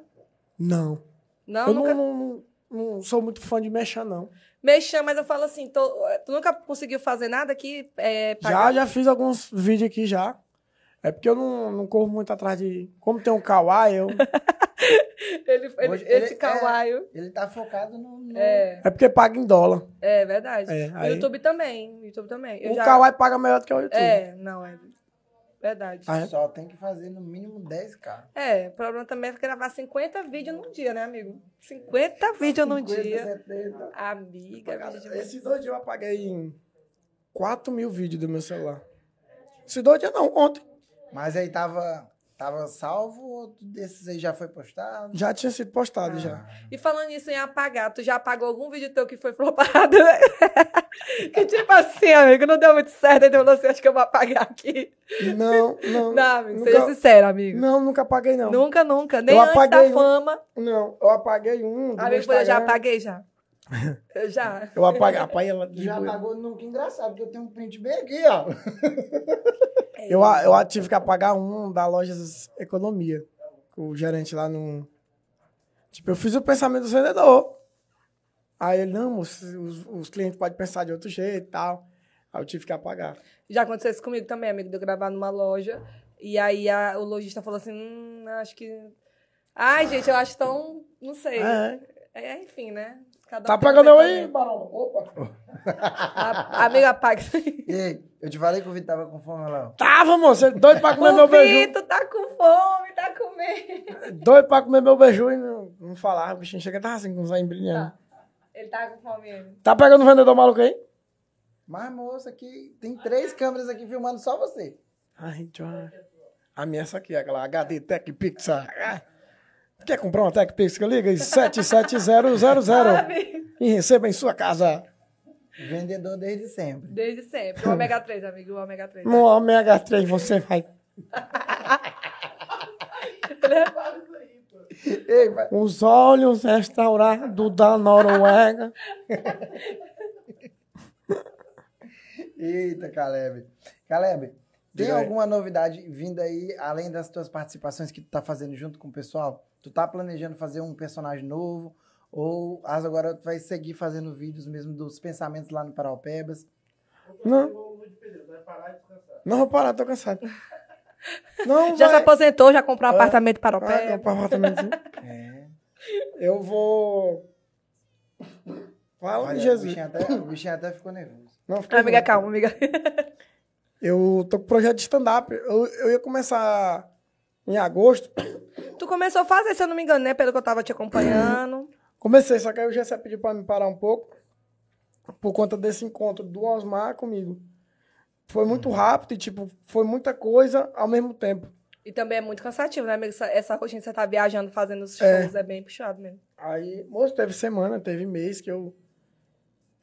C: Não.
B: Não,
C: Eu
B: nunca...
C: não, não- não- não sou muito fã de mexer, não.
B: Mexer, mas eu falo assim, tô- tu nunca conseguiu fazer nada aqui? É,
C: Já,
B: pagar?
C: já fiz alguns vídeos aqui já. É porque eu não, não corro muito atrás de. Como tem um
B: *laughs*
C: kawaii, eu.
B: *laughs* Ele, ele-
A: Hoje
B: esse
A: ele-
B: kawaio.
A: Ele tá focado no. no-
B: É,
C: É porque paga em dólar.
B: é verdade.
C: É,
B: o
C: aí-
B: YouTube também, o YouTube também. Eu
C: o
B: já-
C: kawaii paga melhor do que o YouTube.
B: É, não, é verdade.
C: Ah, é?
A: Só tem que fazer no mínimo 10k.
B: É, o problema também é gravar 50 vídeos num dia, né, amigo? 50 vídeos num
A: 50,
B: um
C: né?
B: dia.
A: 70.
B: Amiga,
C: Cara,
B: vídeo-
C: esses dois dias eu apaguei 4 mil vídeos do meu celular. Esses dois dias não, ontem.
A: Mas aí tava, tava salvo ou desses aí já foi postado?
C: Já tinha sido postado já.
B: E falando nisso em apagar, tu já apagou algum vídeo teu que foi flopado? *laughs* que tipo assim, amigo, não deu muito certo, então falou assim, acho que eu vou apagar aqui.
C: Não, não.
B: Não, amigo,
C: nunca,
B: seja sincero, amigo.
C: Não, nunca apaguei não. não.
B: Nunca, nunca. Nem
C: Eu
B: antes
C: apaguei
B: da
C: um
B: fama.
C: eu apaguei um do meu
B: Amigo,
C: Instagram.
B: Ah, eu já apaguei
C: *laughs*
B: já. Eu já.
C: Eu apaguei, apaguei ela de
A: Já
C: boa.
A: pagou nunca engraçado, porque eu tenho um print bem aqui, ó. *laughs*
C: Eu, a- eu a- tive que apagar um da loja Economia. O gerente lá não. Tipo, eu fiz o pensamento do vendedor. Aí ele, não, moço, os, os clientes podem pensar de outro jeito e tal. Aí eu tive que apagar.
B: Já aconteceu isso comigo também, amigo, de eu gravar numa loja. E aí a- o lojista falou assim: hum, acho que. Ai, gente, eu acho tão. Não sei.
C: É.
B: É, enfim, né? Cada
C: Tá
B: um tem
C: apagando eu
B: pensamento.
C: aí, Barola? Opa.
B: A, amigo, apaga isso aí.
A: Ei, eu te falei que o Vitor tava com fome, Léo.
C: Tava, moço, eu doido
B: *laughs*
C: pra comer meu
B: O
C: beiju.
B: Vitor tá com fome, tá comendo.
C: Doido pra comer meu beiju e não, não falar. O bichinho chega e tava assim, com os olhos brilhando. Tá.
A: É.
B: Ele tá com fome. ele.
C: pegando o vendedor maluco aí?
A: Mas, moça, aqui tem três câmeras aqui filmando só você.
C: Ai, John. A minha é essa aqui, aquela HD Tech Pixar. Ah. Quer comprar uma Tech Pixar? Liga aí, 77000
B: Sabe?
C: e receba em sua casa
A: Vendedor desde sempre.
B: Desde sempre. O ômega 3, amigo, o ômega 3.
C: no Omega 3. Você vai
A: Ei, vai.
C: os olhos restaurados da Noruega.
A: Eita, Caleb. Caleb, tem
C: Diga aí.
A: alguma novidade vindo aí, além das tuas participações que tu tá fazendo junto com o pessoal? Tu tá planejando fazer um personagem novo? Ou as- agora tu vai seguir fazendo vídeos mesmo dos pensamentos lá no Paraupebas?
C: Não. Não, vou parar, tô cansado.
B: *laughs*
C: Não,
B: Já se
C: vai.
B: aposentou, já comprou um
C: É.
B: apartamento para o
C: Ah,
B: pé.
C: eu vou apartamentozinho.
A: É.
C: Eu vou. Fala,
A: Olha, O
C: Jesus.
A: bichinho, até, o bichinho até ficou nervoso.
C: Não, fica
B: Amiga,
C: quieto.
B: calma, amiga. *laughs*
C: Eu tô com projeto de stand-up. Eu, eu ia começar em agosto.
B: Tu começou a fazer, se eu não me engano, né? Pelo que eu tava te acompanhando.
C: Comecei, só que aí o Gessé pediu pra me parar um pouco. Por conta desse encontro do Osmar comigo. Foi
B: Uhum.
C: muito rápido e, tipo, foi muita coisa ao mesmo tempo.
B: E também é muito cansativo, né, amigo? Essa, essa rotina que você tá viajando, fazendo os shows, é, bem puxado mesmo.
C: Aí, moço, teve semana, teve mês que eu.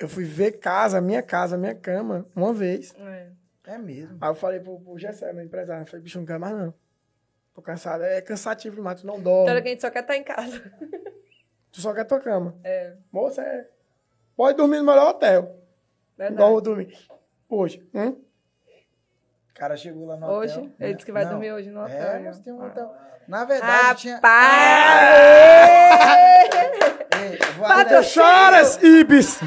C: Eu fui ver casa, minha casa, minha cama, uma vez.
B: É.
A: É mesmo.
C: Aí eu falei pro, pro Gessé, meu empresário, eu falei, bicho, não quero mais não. Tô cansado. É cansativo demais, tu não dorme.
B: Então a gente só quer estar em casa. *laughs*
C: Tu só quer tua cama.
B: É,
C: Moça, é.
B: É, né?
C: Pode dormir no melhor hotel.
B: verdade.
C: Igual eu dormi. Hoje. Hum?
A: cara chegou lá no
B: Hoje?
A: hotel.
B: Ele disse que vai
A: Não.
B: dormir hoje no hotel.
A: É,
B: eu-
A: mas tem um
B: Ah.
A: hotel. Na verdade, tinha.
B: Rapaz!
C: *laughs*
A: Ei, eu vou
B: Padre,
A: até-
B: eu
C: Choras, Ibis!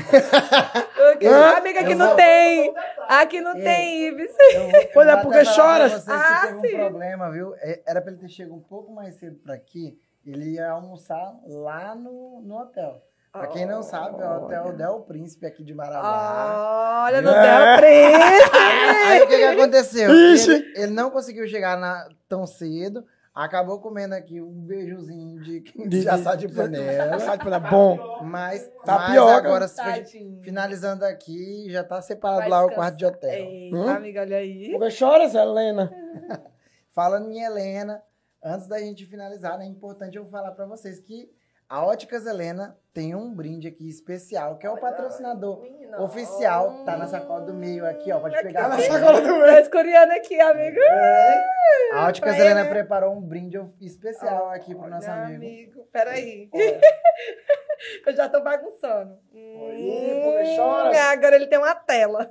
B: Ok,
A: Hã?
B: Amiga, aqui
A: Eu
B: não
A: vou-
B: tem. Aqui não tem, Ibis.
A: Eu vou-
C: Olha,
A: eu vou
C: porque
A: até falar pra
C: choras.
A: Vocês
B: Ah,
A: que teve
B: sim.
A: um problema, viu? É, Era pra ele ter chegado um pouco mais cedo pra aqui. Ele ia almoçar lá no, no hotel. Pra quem não tá sabe, é o hotel Del Príncipe aqui de Marabá.
B: Olha, não
C: É.
B: deu preço.
A: Aí o que, que aconteceu?
C: Ixi.
A: Ele, ele não conseguiu chegar na- tão cedo. Acabou comendo aqui um beijozinho de, *laughs* de, de assado de
C: *laughs*
A: panela.
C: Assado de panela, bom.
A: Mas, mas
C: Tapioca.
A: agora, se foi-
B: Tadinho.
A: finalizando aqui, já tá separado
B: Vai
A: lá o
B: descansar. É
A: quarto de hotel.
B: Eita,
C: Hum?
B: amiga, olha aí.
C: Porque choras, Helena.
A: Falando em Helena, antes da gente finalizar, né, é importante eu falar pra vocês que a Óticas Helena tem um brinde aqui especial, que é o patrocinador
B: Menina. Hum.
A: oficial. Tá na sacola do meio aqui, ó. Pode
B: Aqui,
A: pegar.
B: ó.
A: lá.
C: Sacola do meio.
B: Esse coreano aqui, amigo.
A: A Óticas
B: Pra
A: Helena
B: ele.
A: preparou um brinde especial aqui pro nosso
B: Olha,
A: amigo.
B: Peraí.
A: É.
B: Eu já tô bagunçando. Hum, é,
C: Oi, porque chora.
B: agora ele tem uma tela.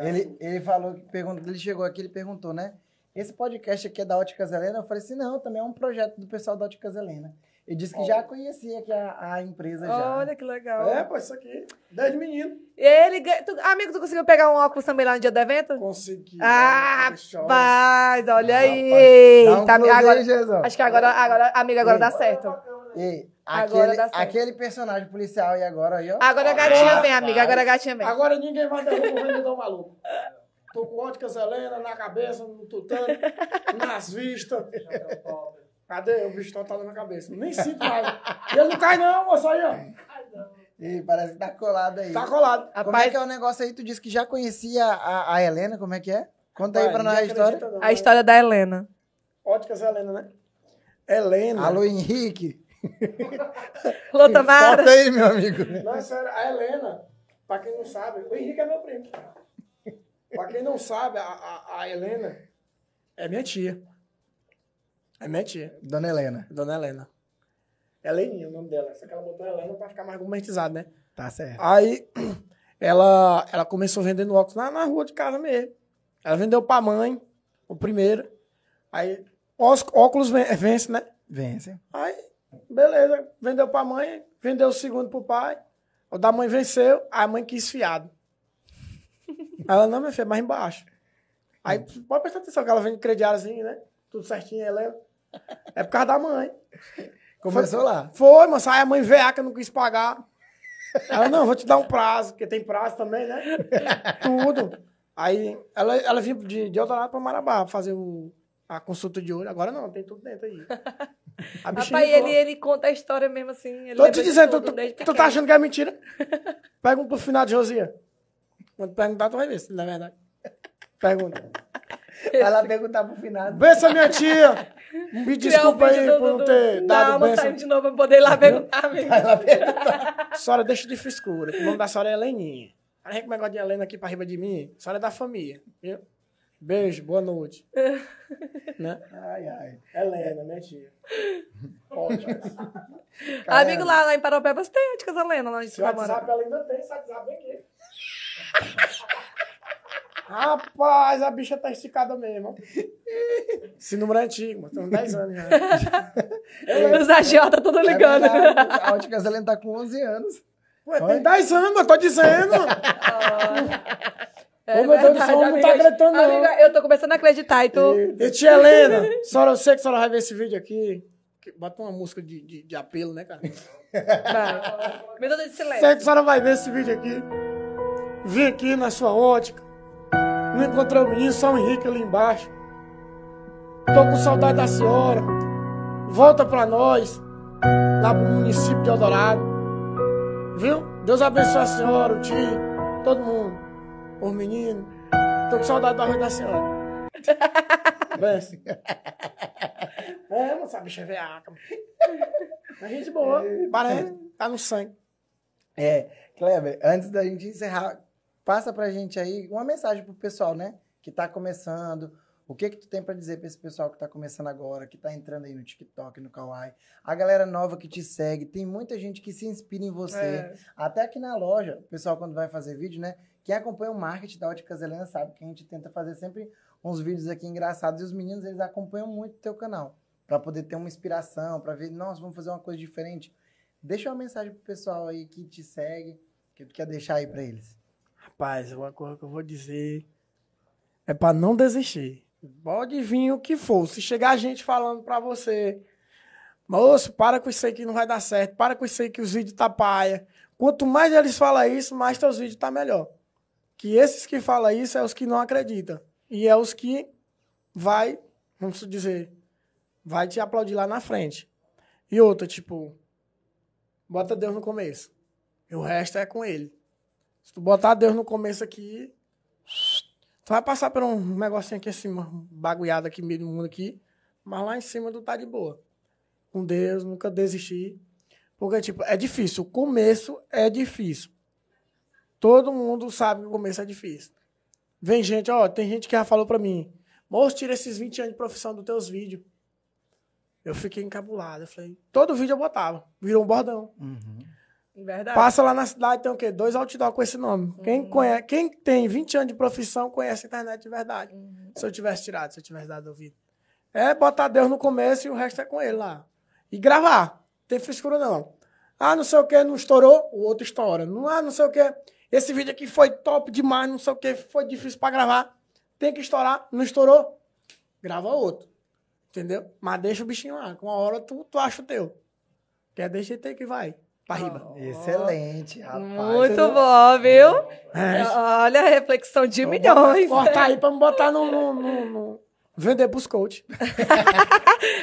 A: Ele, ele falou que perguntou, ele chegou aqui, ele perguntou, né? Esse podcast aqui é da Óticas Helena? Eu falei assim, não, também é um projeto do pessoal da Óticas Helena. Ele disse que já conhecia aqui a, a empresa já. né.
B: Olha que legal.
C: É, pô, isso aqui. Dez meninos.
B: E ele ganha- tu- Amigo, tu conseguiu pegar um óculos também lá no dia do evento?
C: Consegui.
B: Ah,
C: Porque choras.
B: Mas, olha
A: Rapaz,
B: aí.
A: Dá um
B: Tá,
A: close aí,
B: agora,
A: Jesus.
B: acho que agora, agora, amiga, agora dá certo.
A: Ei,
B: Agora
A: aquele,
B: dá certo.
A: aquele personagem policial e agora aí, ó.
B: Agora a gatinha vem, amiga. Agora a gatinha vem.
C: Agora ninguém vai derrubar o vendedor maluco. Tô com óticas Helena na cabeça, no tutano, nas vistas. Cadê? O bicho tá na minha cabeça. Nem sinto mais. E Ele não cai não, moço aí, ó.
A: Ih, parece que tá colado aí.
C: Tá colado.
A: Como é
B: Rapaz,
A: que é o negócio aí? Tu disse que já conhecia a, a Helena, como é que é? Conta aí pra nós a
C: Ninguém
A: história.
C: acredita não,
B: a
C: né?
B: história da Helena.
C: Óticas Helena, né? Helena.
A: Alô, Henrique.
B: Lotamara.
A: Conta aí, meu amigo.
C: Não, é sério, a Helena, pra quem não sabe, o Henrique é meu primo. Pra quem não sabe, a, a, a Helena é minha tia. É minha tia,
A: Dona Helena.
C: Dona Helena. Heleninha, o nome dela. Só que ela botou Helena pra ficar mais gourmetizado, né?
A: Tá certo.
C: Aí *clears throat* ela, ela começou vendendo óculos lá na rua de casa mesmo. Ela vendeu pra mãe, o primeiro. Aí os- óculos ven- vence, né?
A: Vence.
C: Aí, beleza, vendeu pra mãe, vendeu o segundo pro pai. O da mãe venceu, a mãe quis
B: *laughs*
C: fiado. Aí Ela, não, minha filha, é mais embaixo. Aí, pode prestar atenção que ela vem crediário né? Tudo certinho, ela é por causa da mãe.
A: Começou lá.
C: Foi, moça, aí a mãe veaca não quis pagar. Ela, não, vou te dar um prazo, porque tem prazo também, né?
B: *laughs*
C: Tudo. Aí, ela, ela vinha de, de Eldorado pra Marabá fazer o, a consulta de olho. Agora não, tem tudo
B: *laughs*
C: dentro aí. A bichinha
B: Rapaz, ele,
C: entrou.
B: ele conta a história mesmo assim. Ele
C: Tô
B: lembra
C: te
B: de
C: dizendo,
B: tudo,
C: tu,
B: desde
C: tu, tu
B: pequeno.
C: tá achando que é mentira? Pergunta pro final de Josia. Quando perguntar, tu vai ver se não é verdade. Pergunta.
A: Vai lá perguntar pro final.
C: Benção, minha tia!
B: Criar
C: Me
B: um
C: desculpa aí
B: vídeo do-
C: por
B: do-
C: não ter
B: do-
C: dado
B: Dá uma time
C: benção.
B: de novo pra poder ir lá perguntar, amigo.
C: Senhora, deixa de frescura. que O nome da senhora é Heleninha. A gente negócio de Helena aqui pra riba de mim. A senhora é da família, viu? Beijo, boa
B: *laughs*
C: noite. né?
A: Ai, ai.
C: Helena, minha tia. Ótimo.
B: Amigo, lá, lá em Paropeba, você tem óticas Helena lá de
C: Seu WhatsApp
B: Cicamara.
C: ela ainda tem, esse WhatsApp vem aqui. *laughs* Rapaz, a bicha tá esticada mesmo. Esse número é antigo, mano. Tem uns 10 anos *laughs* já. né?
B: Os agiota tá tudo ligando.
A: É verdade, a Óticas Helena tá com 11 anos.
C: Ué,
A: Oi?
C: tem 10 anos, eu tô dizendo.
B: É
C: Ô, meu Deus do
B: verdade,
C: céu, não tá
B: amiga.
C: acreditando, não.
B: Amiga, eu tô começando a acreditar e tu...
C: E tia Helena, senhora, eu sei que a senhora vai ver esse vídeo aqui. Que- Bota uma música de, de, de apelo, né, cara?
B: Vai. Minuto de silêncio. É,
C: Sei que a senhora vai ver esse vídeo aqui. Vim aqui na sua ótica. Não encontrei o menino, só o Henrique ali embaixo. Tô com saudade da senhora. Volta pra nós, lá pro município de Eldorado. Viu? Deus abençoe a senhora, o tio, todo mundo. Os meninos. Tô com saudade da rua da senhora. Benção. É, mas essa bicha é veaca. A gente é boa. Parece, tá no sangue.
A: É, Kleber, antes da gente encerrar, passa pra gente aí uma mensagem pro pessoal, né? Que tá começando. O que que tu tem pra dizer pra esse pessoal que tá começando agora, que tá entrando aí no TikTok, no Kawaii? A galera nova que te segue, tem muita gente que se inspira em você.
B: É.
A: Até aqui na loja, o pessoal quando vai fazer vídeo, né? Quem acompanha o marketing da Ótica Helena sabe que a gente tenta fazer sempre uns vídeos aqui engraçados e os meninos eles acompanham muito o teu canal para poder ter uma inspiração, para ver, nossa, vamos fazer uma coisa diferente. Deixa uma mensagem pro pessoal aí que te segue, que tu quer deixar aí para eles.
C: Rapaz, uma coisa que eu vou dizer é pra não desistir. Pode vir o que for. Se chegar gente falando pra você, moço, para com isso aí que não vai dar certo, para com isso aí que os vídeos tá paia. Quanto mais eles falam isso, mais teus vídeos tá melhor. Que esses que falam isso é os que não acreditam. E é os que vai, vamos dizer, vai te aplaudir lá na frente. E outra, tipo, bota Deus no começo. E o resto é com ele. Se tu botar Deus no começo aqui, tu vai passar por um negocinho aqui assim, uma bagulhada aqui, meio do mundo aqui, mas lá em cima tu tá de boa. Com Deus, nunca desistir. Porque, tipo, é difícil. O começo é difícil. Todo mundo sabe que o começo é difícil. Vem gente, ó, tem gente que já falou pra mim, moço, tira esses 20 anos de profissão dos teus vídeos. Eu fiquei encabulado. Eu falei, todo vídeo eu botava. Virou um bordão.
A: Uhum.
B: Verdade.
C: Passa lá na cidade, tem o quê? Dois outdoor com esse nome. Quem, conhece, quem tem 20 anos de profissão conhece a internet de verdade. Se eu tivesse tirado, se eu tivesse dado ouvido. É botar Deus no começo e o resto é com ele lá. E gravar. Não tem frescura não. Ah, não sei o que, não estourou, o outro estoura. Não, ah, não sei o que. Esse vídeo aqui foi top demais, não sei o que, foi difícil pra gravar. Tem que estourar, não estourou, grava outro. Entendeu? Mas deixa o bichinho lá. Com uma hora tu, tu acha o teu. Que é desse jeito aí que vai. Pra riba.
A: Excelente, rapaz.
B: Muito bom, viu?
C: É
B: Olha a reflexão de
C: Então,
B: milhões.
C: Cortar aí pra me botar no. no, no, no... Vender pros coach.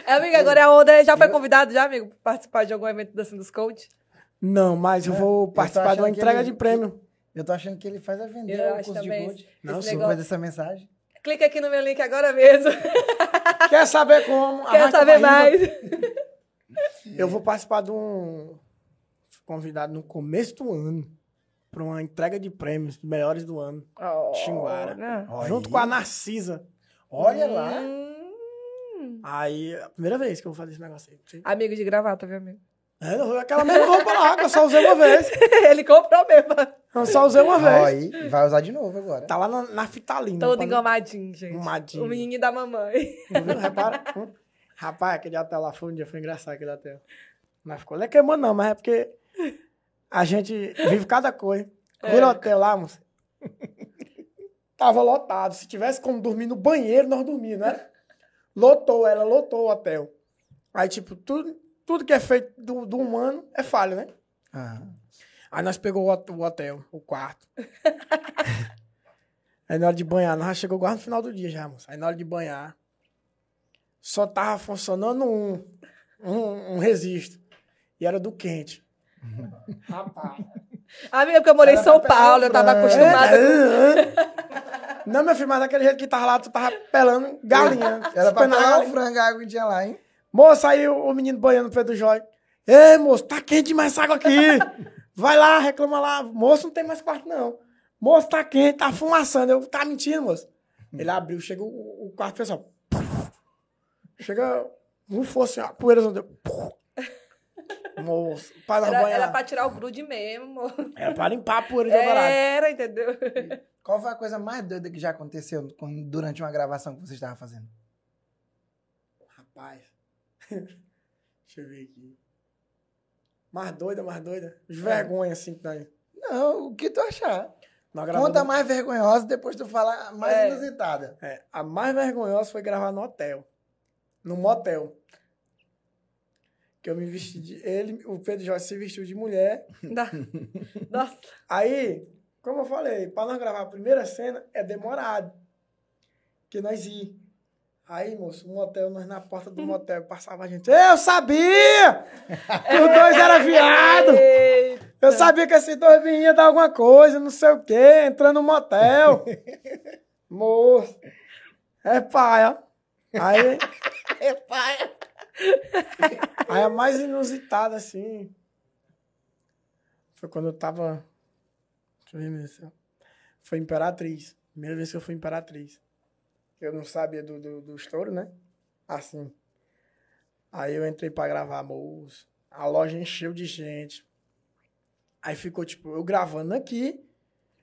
B: É, amigo, agora é a onda. Já foi convidado, já, amigo, pra participar de algum evento assim dos coach?
C: Não, mas eu vou participar de uma
A: achando que
C: entrega
A: ele-
C: de prêmio.
A: Eu tô achando que ele faz a vender
B: Eu
A: o
B: acho
A: curso de
B: também
A: coach.
B: esse-
A: Não,
B: esse
A: sim,
B: negócio.
A: faz essa mensagem.
B: Clica aqui no meu link agora mesmo.
C: Quer saber como?
B: Quer
C: Arrasta
B: saber
C: pra riba.
B: mais?
C: Eu vou participar de um. fui Convidado no começo do ano. Pra uma entrega de prêmios dos melhores do ano.
B: Oh,
C: Xinguara.
B: né?
A: Olha
C: Junto
A: aí.
C: com a Narcisa.
A: Olha lá.
B: Hum,
C: Aí, é a primeira vez que eu vou fazer esse negócio aí.
B: Amigo de gravata, viu, amigo? *laughs*
C: É, não, aquela mesma roupa lá, que eu só usei uma vez.
B: Ele comprou mesmo.
C: Eu só usei uma
A: Ó,
C: vez.
A: aí, vai usar de novo agora.
C: Tá lá na, na fitalina.
B: Todo
C: pra-
B: engomadinho, gente.
C: Engomadinho.
B: O menino da mamãe.
C: Não viu? Repara. Hum. Rapaz, aquele hotel lá foi um dia, foi engraçado aquele hotel. Mas ficou, não é queimando não, mas é porque a gente vive cada coisa. Aquele hotel lá, moça, tava lotado. Se tivesse como dormir no banheiro, nós dormíamos, né? Lotou ela, lotou o hotel. Aí, tipo, tudo, tudo que é feito do, do humano é falho, né?
A: Ah.
C: Aí nós pegou o hot- o hotel, o
A: *laughs*
C: quarto. Aí na hora de banhar, nós já chegou quase no final do dia já, moço. Aí na hora de banhar, só tava funcionando um, um, um resisto. E era do
A: *laughs*
C: quente. Rapaz.
B: Amigo, porque eu morei em
A: Era
B: São
C: tá
A: pra pegar
B: Paulo,
A: um
B: eu tava
A: frango.
B: acostumada. com-
C: *laughs* Não, meu filho, mas daquele jeito que tava lá, tu tava pelando galinha.
A: Era pra
C: Pelando
A: pegar o
C: galinha.
A: frango a água tinha lá, hein?
C: Moço, aí o, o menino banhando o Pedro Jói. Ei, moço, tá quente demais essa água aqui. Vai lá, reclama lá. Moço, não tem mais quarto, não. Moço, tá quente, tá fumaçando. Eu, tá mentindo, moço. Ele abriu, chega o, o quarto, fez assim, ó. Chega, não fosse, ó, a poeira não deu. Moço, para nós
B: Era,
C: banhar.
B: era pra tirar o grude mesmo.
C: Era pra limpar a poeira de alvorada.
B: Era, entendeu?
C: *laughs*
A: Qual foi a coisa mais doida que já aconteceu com- durante uma gravação que você estava fazendo?
C: Rapaz. *laughs* Deixa eu ver aqui. Mais doida, mais doida. De vergonha, assim, que nós,
A: Não, o que tu achar.
C: nós
A: Conta a
C: gravamos.
A: mais vergonhosa, depois tu fala a mais
B: É.
A: inusitada.
C: É, a mais vergonhosa foi gravar no hotel. No motel. Que eu me vesti de. Ele, o Pedro Jorge se vestiu de mulher. *laughs*
B: Da- Nossa.
C: Aí, como eu falei, pra nós gravar a primeira cena é demorado. Que nós ir. Aí, moço, o motel, nós na porta do motel passava a gente. Eu sabia! Que os dois era viado!
B: Ei,
C: Eu sabia que esse dois vinha dar alguma coisa, não sei o quê, entrando no motel. Moço. É paia. Aí,
B: é pai.
C: aí a mais inusitada, assim. Foi quando eu tava. Deixa eu ver, meu Deus do céu. Foi Imperatriz. Primeira vez que eu fui Imperatriz. Eu não sabia do, do, do estouro, né? Assim. Aí eu entrei pra gravar, moço. A loja encheu de gente. Aí ficou, tipo, eu gravando aqui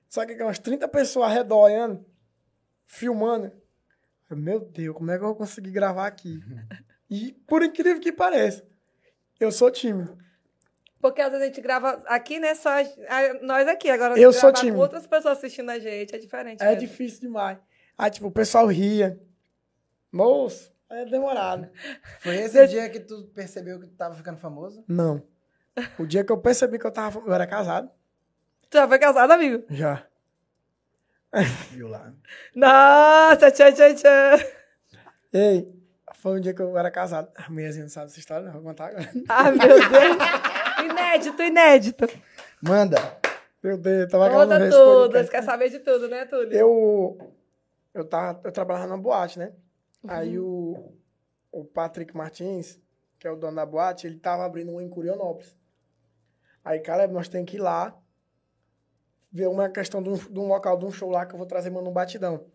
C: Sabe o que é? Umas 30 pessoas ao redor olhando, filmando. Eu, Meu Deus, como é que eu vou conseguir
B: *laughs*
C: gravar aqui? E, por incrível que pareça, eu sou tímido.
B: Porque às vezes a gente grava aqui, né? Só a- a- nós aqui. Agora,
C: Eu
B: gravar
C: sou
B: com
C: tímido.
B: outras pessoas assistindo a gente é diferente.
C: É
B: mesmo.
C: difícil demais. Aí, tipo, o pessoal ria. Moço, é demorado.
A: Foi esse dia que tu percebeu que tu tava ficando famoso?
C: Não. O dia que eu percebi que eu tava. Eu era casado.
B: Tu já foi casado, amigo?
C: Já.
A: Viu lá.
B: Nossa, tchan, tchan, tchan.
C: Ei, foi um dia que eu era casado. A mulherzinha não sabe essa história, não vou contar agora. *laughs*
B: Ah, meu Deus. Inédito, inédito.
A: Manda.
C: Meu Deus, eu tava gravando
B: Conta
C: esse
B: tudo.
C: podcast.
B: Quer saber de tudo, né, Túlio?
C: Eu. Eu, tava, eu trabalhava na boate, né? Aí o. O Patrick Martins, que é o dono da boate, ele tava abrindo uma em Curionópolis. Aí, Caleb, nós temos que ir lá ver uma questão de um, de um local, de um show lá que eu vou trazer, mano, um batidão.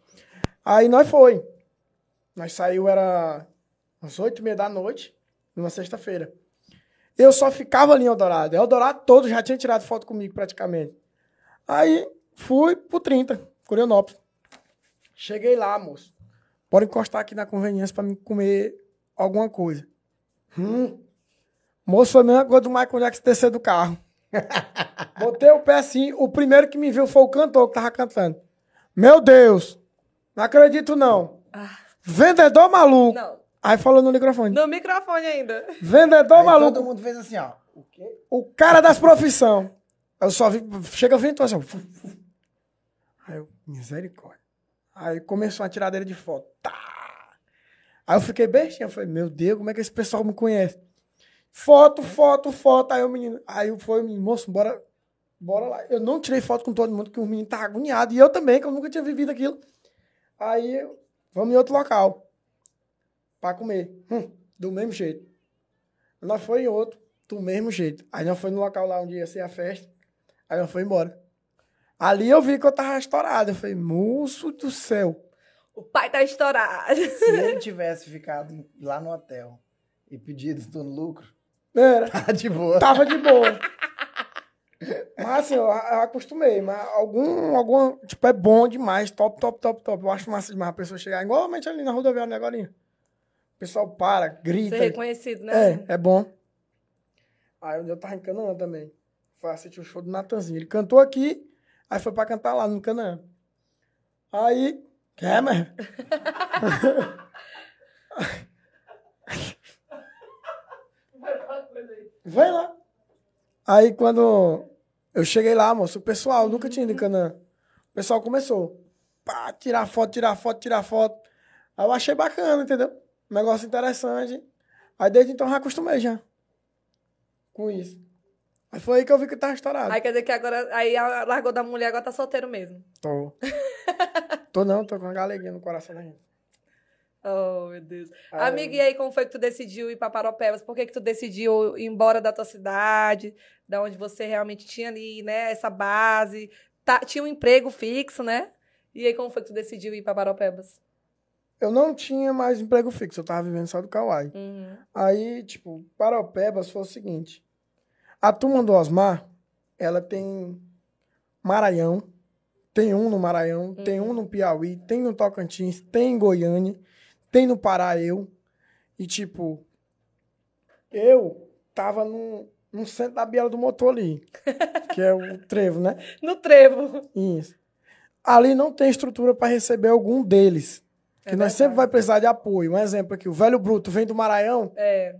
C: Aí nós foi. Nós saiu, era umas oito e meia da noite, numa sexta-feira. Eu só ficava ali em Eldorado. Eldorado todo já tinha tirado foto comigo, praticamente. Aí fui pro 30, Curionópolis. Cheguei lá, moço. Pode encostar aqui na conveniência pra me comer alguma coisa. Hum. Moço, foi a mesma coisa do Michael Jackson descer
A: *laughs*
C: do carro. Botei o pé assim, o primeiro que me viu foi o cantor que tava cantando. Meu Deus! Não acredito não.
B: Ah.
C: Vendedor maluco.
B: Não.
C: Aí falou no microfone.
B: No microfone ainda.
C: Vendedor
A: Aí
C: maluco.
A: todo mundo fez assim, ó. Tá O quê?
C: O cara das profissão. Eu só vi. Chega vindo assim. ó. Aí eu, misericórdia. Aí começou uma tiradeira de foto. Tá. Aí eu fiquei bestinha. Eu falei, meu Deus, como é que esse pessoal me conhece? Foto, foto, foto. Aí o menino. Aí foi o menino, moço, bora. Bora lá. Eu não tirei foto com todo mundo, porque o menino tá agoniado. E eu também, que eu nunca tinha vivido aquilo. Aí, eu, vamos em outro local. Pra comer. Hum, do mesmo jeito. Nós foi em outro, do mesmo jeito. Aí nós foi no local lá onde ia ser a festa. Aí nós foi embora. Ali eu vi que eu tava estourado. Eu falei, moço do céu.
B: O pai tá estourado.
A: Se ele tivesse ficado lá no hotel e pedido todo lucro, *laughs*
C: Era.
A: tá de boa.
C: Tava de boa. Mas assim, eu, eu acostumei. Mas algum, algum. Tipo, é bom demais. Top, top, top, top. Eu acho massa demais a pessoa chegar igualmente ali na rodoviária, né, agora? O pessoal para, grita.
B: Ser reconhecido, né?
C: tá. É, é bom. Aí onde eu tava em Canaã também. Foi assistir o show do Natanzinho. Ele cantou aqui, aí foi pra cantar lá no Canaã. Aí. É, mas. Vai lá. Aí quando eu cheguei lá, moço, o pessoal, nunca tinha ido em Canaã. O pessoal começou. Pá, tirar foto, tirar foto, tirar foto. Aí eu achei bacana, entendeu? Um negócio interessante. Aí desde então eu já acostumei já. Com isso. Aí foi aí que eu vi que tava estourado.
B: Aí quer dizer que agora aí a- largou da mulher, agora tá solteiro mesmo.
C: Tô. tô não, tô com uma galeguinha no coração da gente.
B: Oh, meu Deus.
C: Aí-
B: Amiga, e aí, como foi que tu decidiu ir pra Paropebas? Por que que tu decidiu ir embora da tua cidade, da onde você realmente tinha ali, né, essa base? Tá- tinha um emprego fixo, né? E aí, como foi que tu decidiu ir pra Paropebas?
C: Eu não tinha mais emprego fixo, eu tava vivendo só do Kawaii.
B: Uhum.
C: Aí, tipo, Paropebas foi o seguinte. A turma do Osmar, ela tem Maranhão, tem um no Maranhão, tem
B: Uhum.
C: um no Piauí, tem no Tocantins, tem em Goiânia, tem no Pará eu. E, tipo, eu tava no, no centro da Biela do
B: *laughs*
C: Motor ali, que é o trevo, né?
B: No
C: *laughs*
B: trevo.
C: Isso. Ali não tem estrutura para receber algum deles.
B: É
C: Que nós
B: verdade.
C: sempre vai precisar de apoio. Um exemplo aqui, o Velho Bruto vem do Maranhão,
B: É.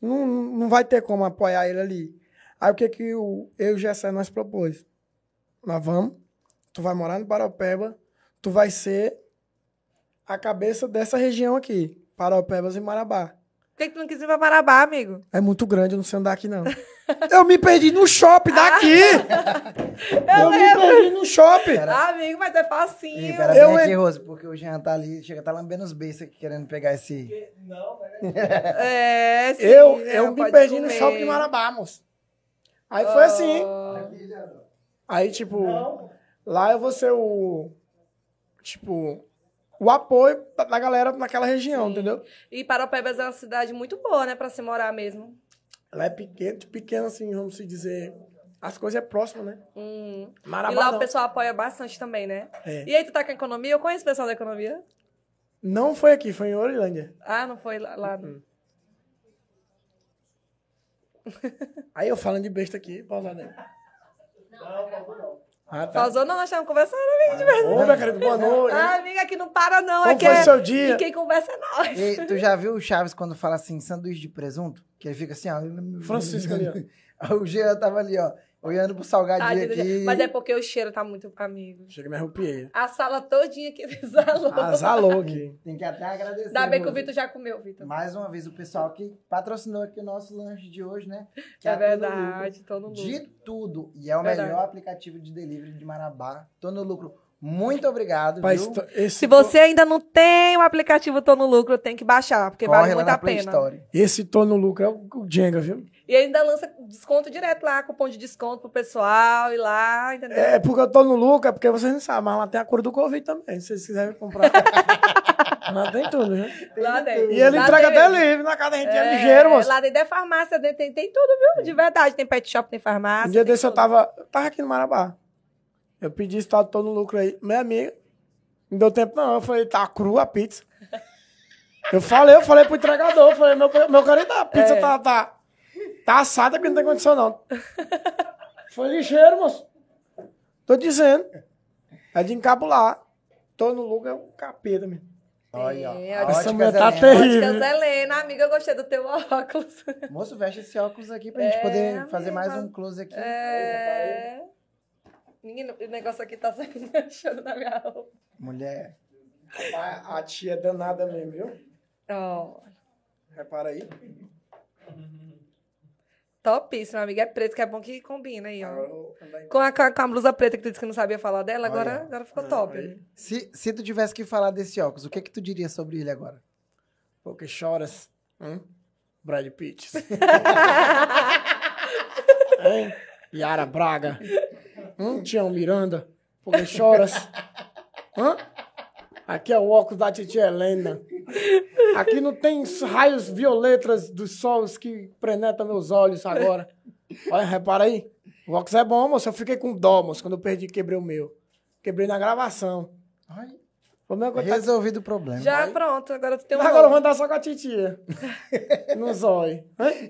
C: não, não vai ter como apoiar ele ali. Aí o que que o, eu e o Gessé nós propôs? Nós vamos, tu vai morar no Paropeba, tu vai ser a cabeça dessa região aqui, Paropebas e Marabá.
B: Por que, que tu não quis ir pra Marabá, amigo?
C: É muito grande, eu não sei andar
B: *laughs*
C: aqui não. eu me perdi no shopping daqui! *laughs* eu me perdi no shopping!
B: Ah, amigo, mas é facinho.
A: Ih, pera
C: Eu
A: bem aqui,
C: en-
A: Rose, porque o Jean tá ali, chega tá lambendo os beijos aqui querendo pegar esse.
B: É, sim,
C: Eu,
B: né?
C: eu me
B: Pode
C: perdi no
B: comer. Oh.
C: shopping de Marabá, moço. Aí foi assim.
B: Ah,
C: Aí, tipo, lá eu vou ser o. Tipo, o apoio da- da galera naquela região, entendeu?
B: E Paropebas é uma cidade muito boa, né, pra se morar mesmo.
C: Ela é pequena, pequena assim, vamos se dizer. As coisas é próximo, né?
B: Hum. E
C: Marabá
B: lá
C: não.
B: o pessoal apoia bastante também, né?
C: É.
B: E aí, tu tá com a economia? Eu conheço o pessoal da economia.
C: Não foi aqui, foi em Orlândia.
B: Ah, não foi lá. lá.
C: Aí eu falando de besta aqui, pausada aí. Ah, tá.
B: Pausou? Não, nós estamos conversando, amiga, de verdade.
C: Ô, meu querido, boa noite.
B: Ah, amiga, aqui não para, não.
C: Como
B: aqui
C: foi
B: é...
C: seu dia?
B: E quem conversa é nós.
A: E tu já viu o Chaves quando fala assim, sanduíche de presunto? Que ele fica assim, ó.
C: Francisco ali,
A: ó. *laughs* o Jean tava ali, ó, olhando pro salgadinho
B: Tadinho do
A: aqui.
B: jeito. Mas é porque o cheiro tá muito amigo.
C: Chega, me arrupiei.
B: A sala todinha aqui exalou.
C: Ah, Azalou aqui.
A: Tem que até agradecer.
B: Ainda bem que o
A: Rose.
B: Vitor já comeu, Vitor.
A: Mais uma vez, o pessoal que patrocinou aqui o nosso lanche de hoje, né? Que
B: É
A: a Todo Lucro.
B: verdade, tô no lucro.
A: De tudo. E é o
B: Verdade.
A: melhor aplicativo de delivery de Marabá. Tô no lucro. Muito obrigado.
C: Rapaz,
A: viu?
C: to- esse,
B: Se você ainda não tem o aplicativo Tô no Lucro, tem que baixar, porque
A: Corre
B: vale
A: lá
B: muito
A: na
B: a
A: Play
B: pena.
A: Store.
C: esse tô no lucro é o Jenga, viu?
B: E ainda lança desconto direto lá, cupom de desconto pro pessoal, e lá, entendeu?
C: É porque eu tô no lucro, é porque vocês não sabem, mas lá tem a cor do Covid também, se vocês quiserem comprar. lá tem tudo, né?
B: lá dentro.
C: E ele
B: Lá
C: entrega
B: dentro.
C: até livre na casa da gente, é ligeiro, moço.
B: Lá dentro é farmácia, dentro tem, tem tudo, viu? De verdade, tem pet shop, tem farmácia.
C: Um dia
B: Ah, tem
C: desse eu
B: tudo.
C: tava, eu tava aqui no Marabá. Eu pedi esse tal, tô no lucro aí. Minha amiga, não deu tempo não. Eu falei, tá crua a pizza. Eu falei, eu falei pro entregador, eu falei, meu, meu querido, a pizza
B: É.
C: tá, tá, tá assada porque não tem condição não. Foi ligeiro, moço. Tô dizendo. É de encabular. Tô no lucro, é um capeta, meu.
A: Olha, ó.
B: É,
A: A
B: essa
A: ótica
C: mulher tá
A: Zelena.
C: terrível.
B: Óticas Helena, amiga, eu gostei do teu *laughs* óculos.
A: Moço, veste esse óculos aqui pra gente
B: É,
A: poder
B: amiga.
A: fazer mais um close aqui.
B: É. Menino, o negócio aqui tá *laughs* saindo achando na minha roupa.
A: Mulher.
C: A, a tia é danada mesmo, viu?
B: Ó,
C: Repara aí.
B: topíssimo, amiga. É preto, que é bom que combina aí,
C: Agora
B: ó.
C: eu vou andar em...
B: Com a, com a- com a blusa preta que tu disse que não sabia falar dela, agora,
A: Olha.
B: agora ficou top.
C: Aí.
B: né?
A: Se, se tu tivesse que falar desse óculos, o que que tu diria sobre ele agora?
C: Porque choras. Hum? Brad Pitt. hein? Yara Braga. Hum? Tião Miranda. Porque choras. Hã? Aqui é o óculos da titia Helena. Aqui não tem os raios violetas dos sols que penetram meus olhos agora. Olha, repara aí. O óculos é bom, moço. Eu fiquei com dó, moço, quando eu perdi quebrei o meu. Quebrei na gravação.
A: Ai,
C: O meu tá
A: resolvido o problema.
B: Já pronto, agora tu tem um.
C: Mas agora eu
B: novo.
C: vou andar só com a *laughs* titia. no zóio.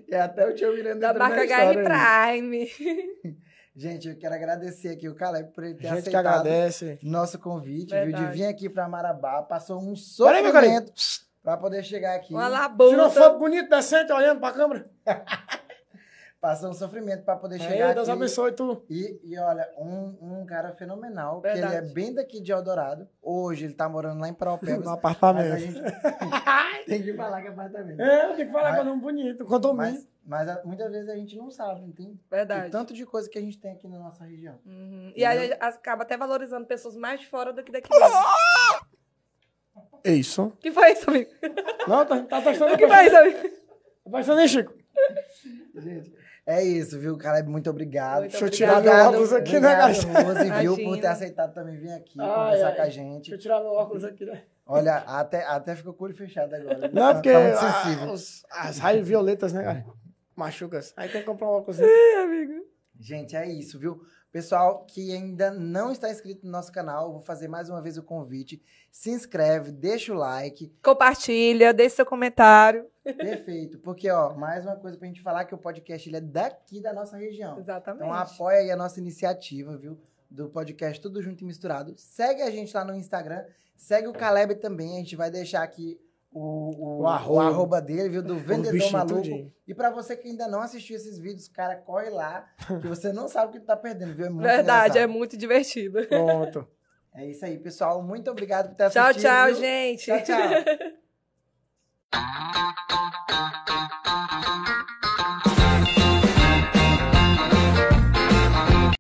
A: É até o tio Miranda
B: Da
A: entrou na
B: marca HR
A: história aí.
C: né?
B: Prime.
A: Gente, eu quero agradecer aqui o Caleb por ele ter
C: A gente que
A: aceitado
C: agradece.
A: nosso convite, viu? De
B: Verdade.
A: vir aqui pra Marabá. Passou um
C: Peraí, meu carinho.
A: sofrimento pra poder chegar aqui.
B: Uma
C: Tirou
B: labuta.
C: foto bonito, decente, olhando pra câmera.
A: Passou um sofrimento pra poder chegar
C: Aí, Deus
A: aqui.
C: abençoe tu.
A: E, e olha, um, um cara fenomenal, que ele
B: Verdade.
A: é bem daqui de Eldorado. Hoje ele tá morando lá em Paraupebas. *laughs*
C: No
A: Mas a
C: apartamento.
A: gente tem que falar que é apartamento.
C: É, eu tenho que falar
A: Mas-
C: com o nome bonito. Condomínio.
A: Mas, mas a- muitas vezes a gente não sabe, não tem? O
B: Verdade.
C: então,
A: tanto de coisa que a gente tem aqui na nossa região.
B: Uhum. E
C: né?
B: aí a- acaba até valorizando pessoas mais de fora do que daqui.
C: É isso.
B: O que foi isso, amigo?
C: Não, tá, tá *laughs* prestando
B: O que foi isso, amigo?
C: Tá prestando, hein, Chico?
A: Gente, é isso, viu, Caleb? Muito obrigado.
B: Muito
C: Deixa eu tirar
A: Obrigado,
C: meu óculos aqui, né,
A: obrigado,
C: gacha?
A: Rose, viu,
B: Imagina.
A: por ter aceitado também vir aqui
C: Ai,
A: conversar
C: ai.
A: com a
C: Deixa eu
A: gente.
C: tirar meu óculos aqui, né?
A: Olha, até, até ficou com o olho fechado agora. viu?
C: Não,
A: Tá-
C: porque
A: tá muito
C: ah,
A: sensível.
C: os- as raios violetas, né, cara? Machucas. Aí tem que comprar um óculos.
B: amigo.
A: Gente, é isso, viu? Pessoal que ainda não está inscrito no nosso canal, eu vou fazer mais uma vez o convite. Se inscreve, deixa o
B: *laughs*
A: like.
B: Compartilha, deixe seu comentário.
A: Perfeito. Porque, ó, mais uma coisa pra gente falar que o podcast ele é daqui da nossa região.
B: Exatamente.
A: Então apoia aí a nossa iniciativa, viu? Do podcast Tudo Junto e Misturado. Segue a gente lá no Instagram. Segue o Caleb também. A gente vai deixar aqui o, o,
C: O arroba.
A: o arroba dele, viu? Do Vendedor
C: bichinho
A: Maluco.
C: tudinho.
A: E pra você que ainda não assistiu esses vídeos, cara, corre lá. Que você não sabe o que tu tá perdendo, viu? É muito
B: Verdade, é
A: engraçado.
B: muito divertido.
C: Pronto.
A: É isso aí, pessoal. Muito obrigado por ter
B: Tchau,
A: assistido.
B: tchau,
A: viu?
B: *laughs* gente.
A: Tchau, tchau.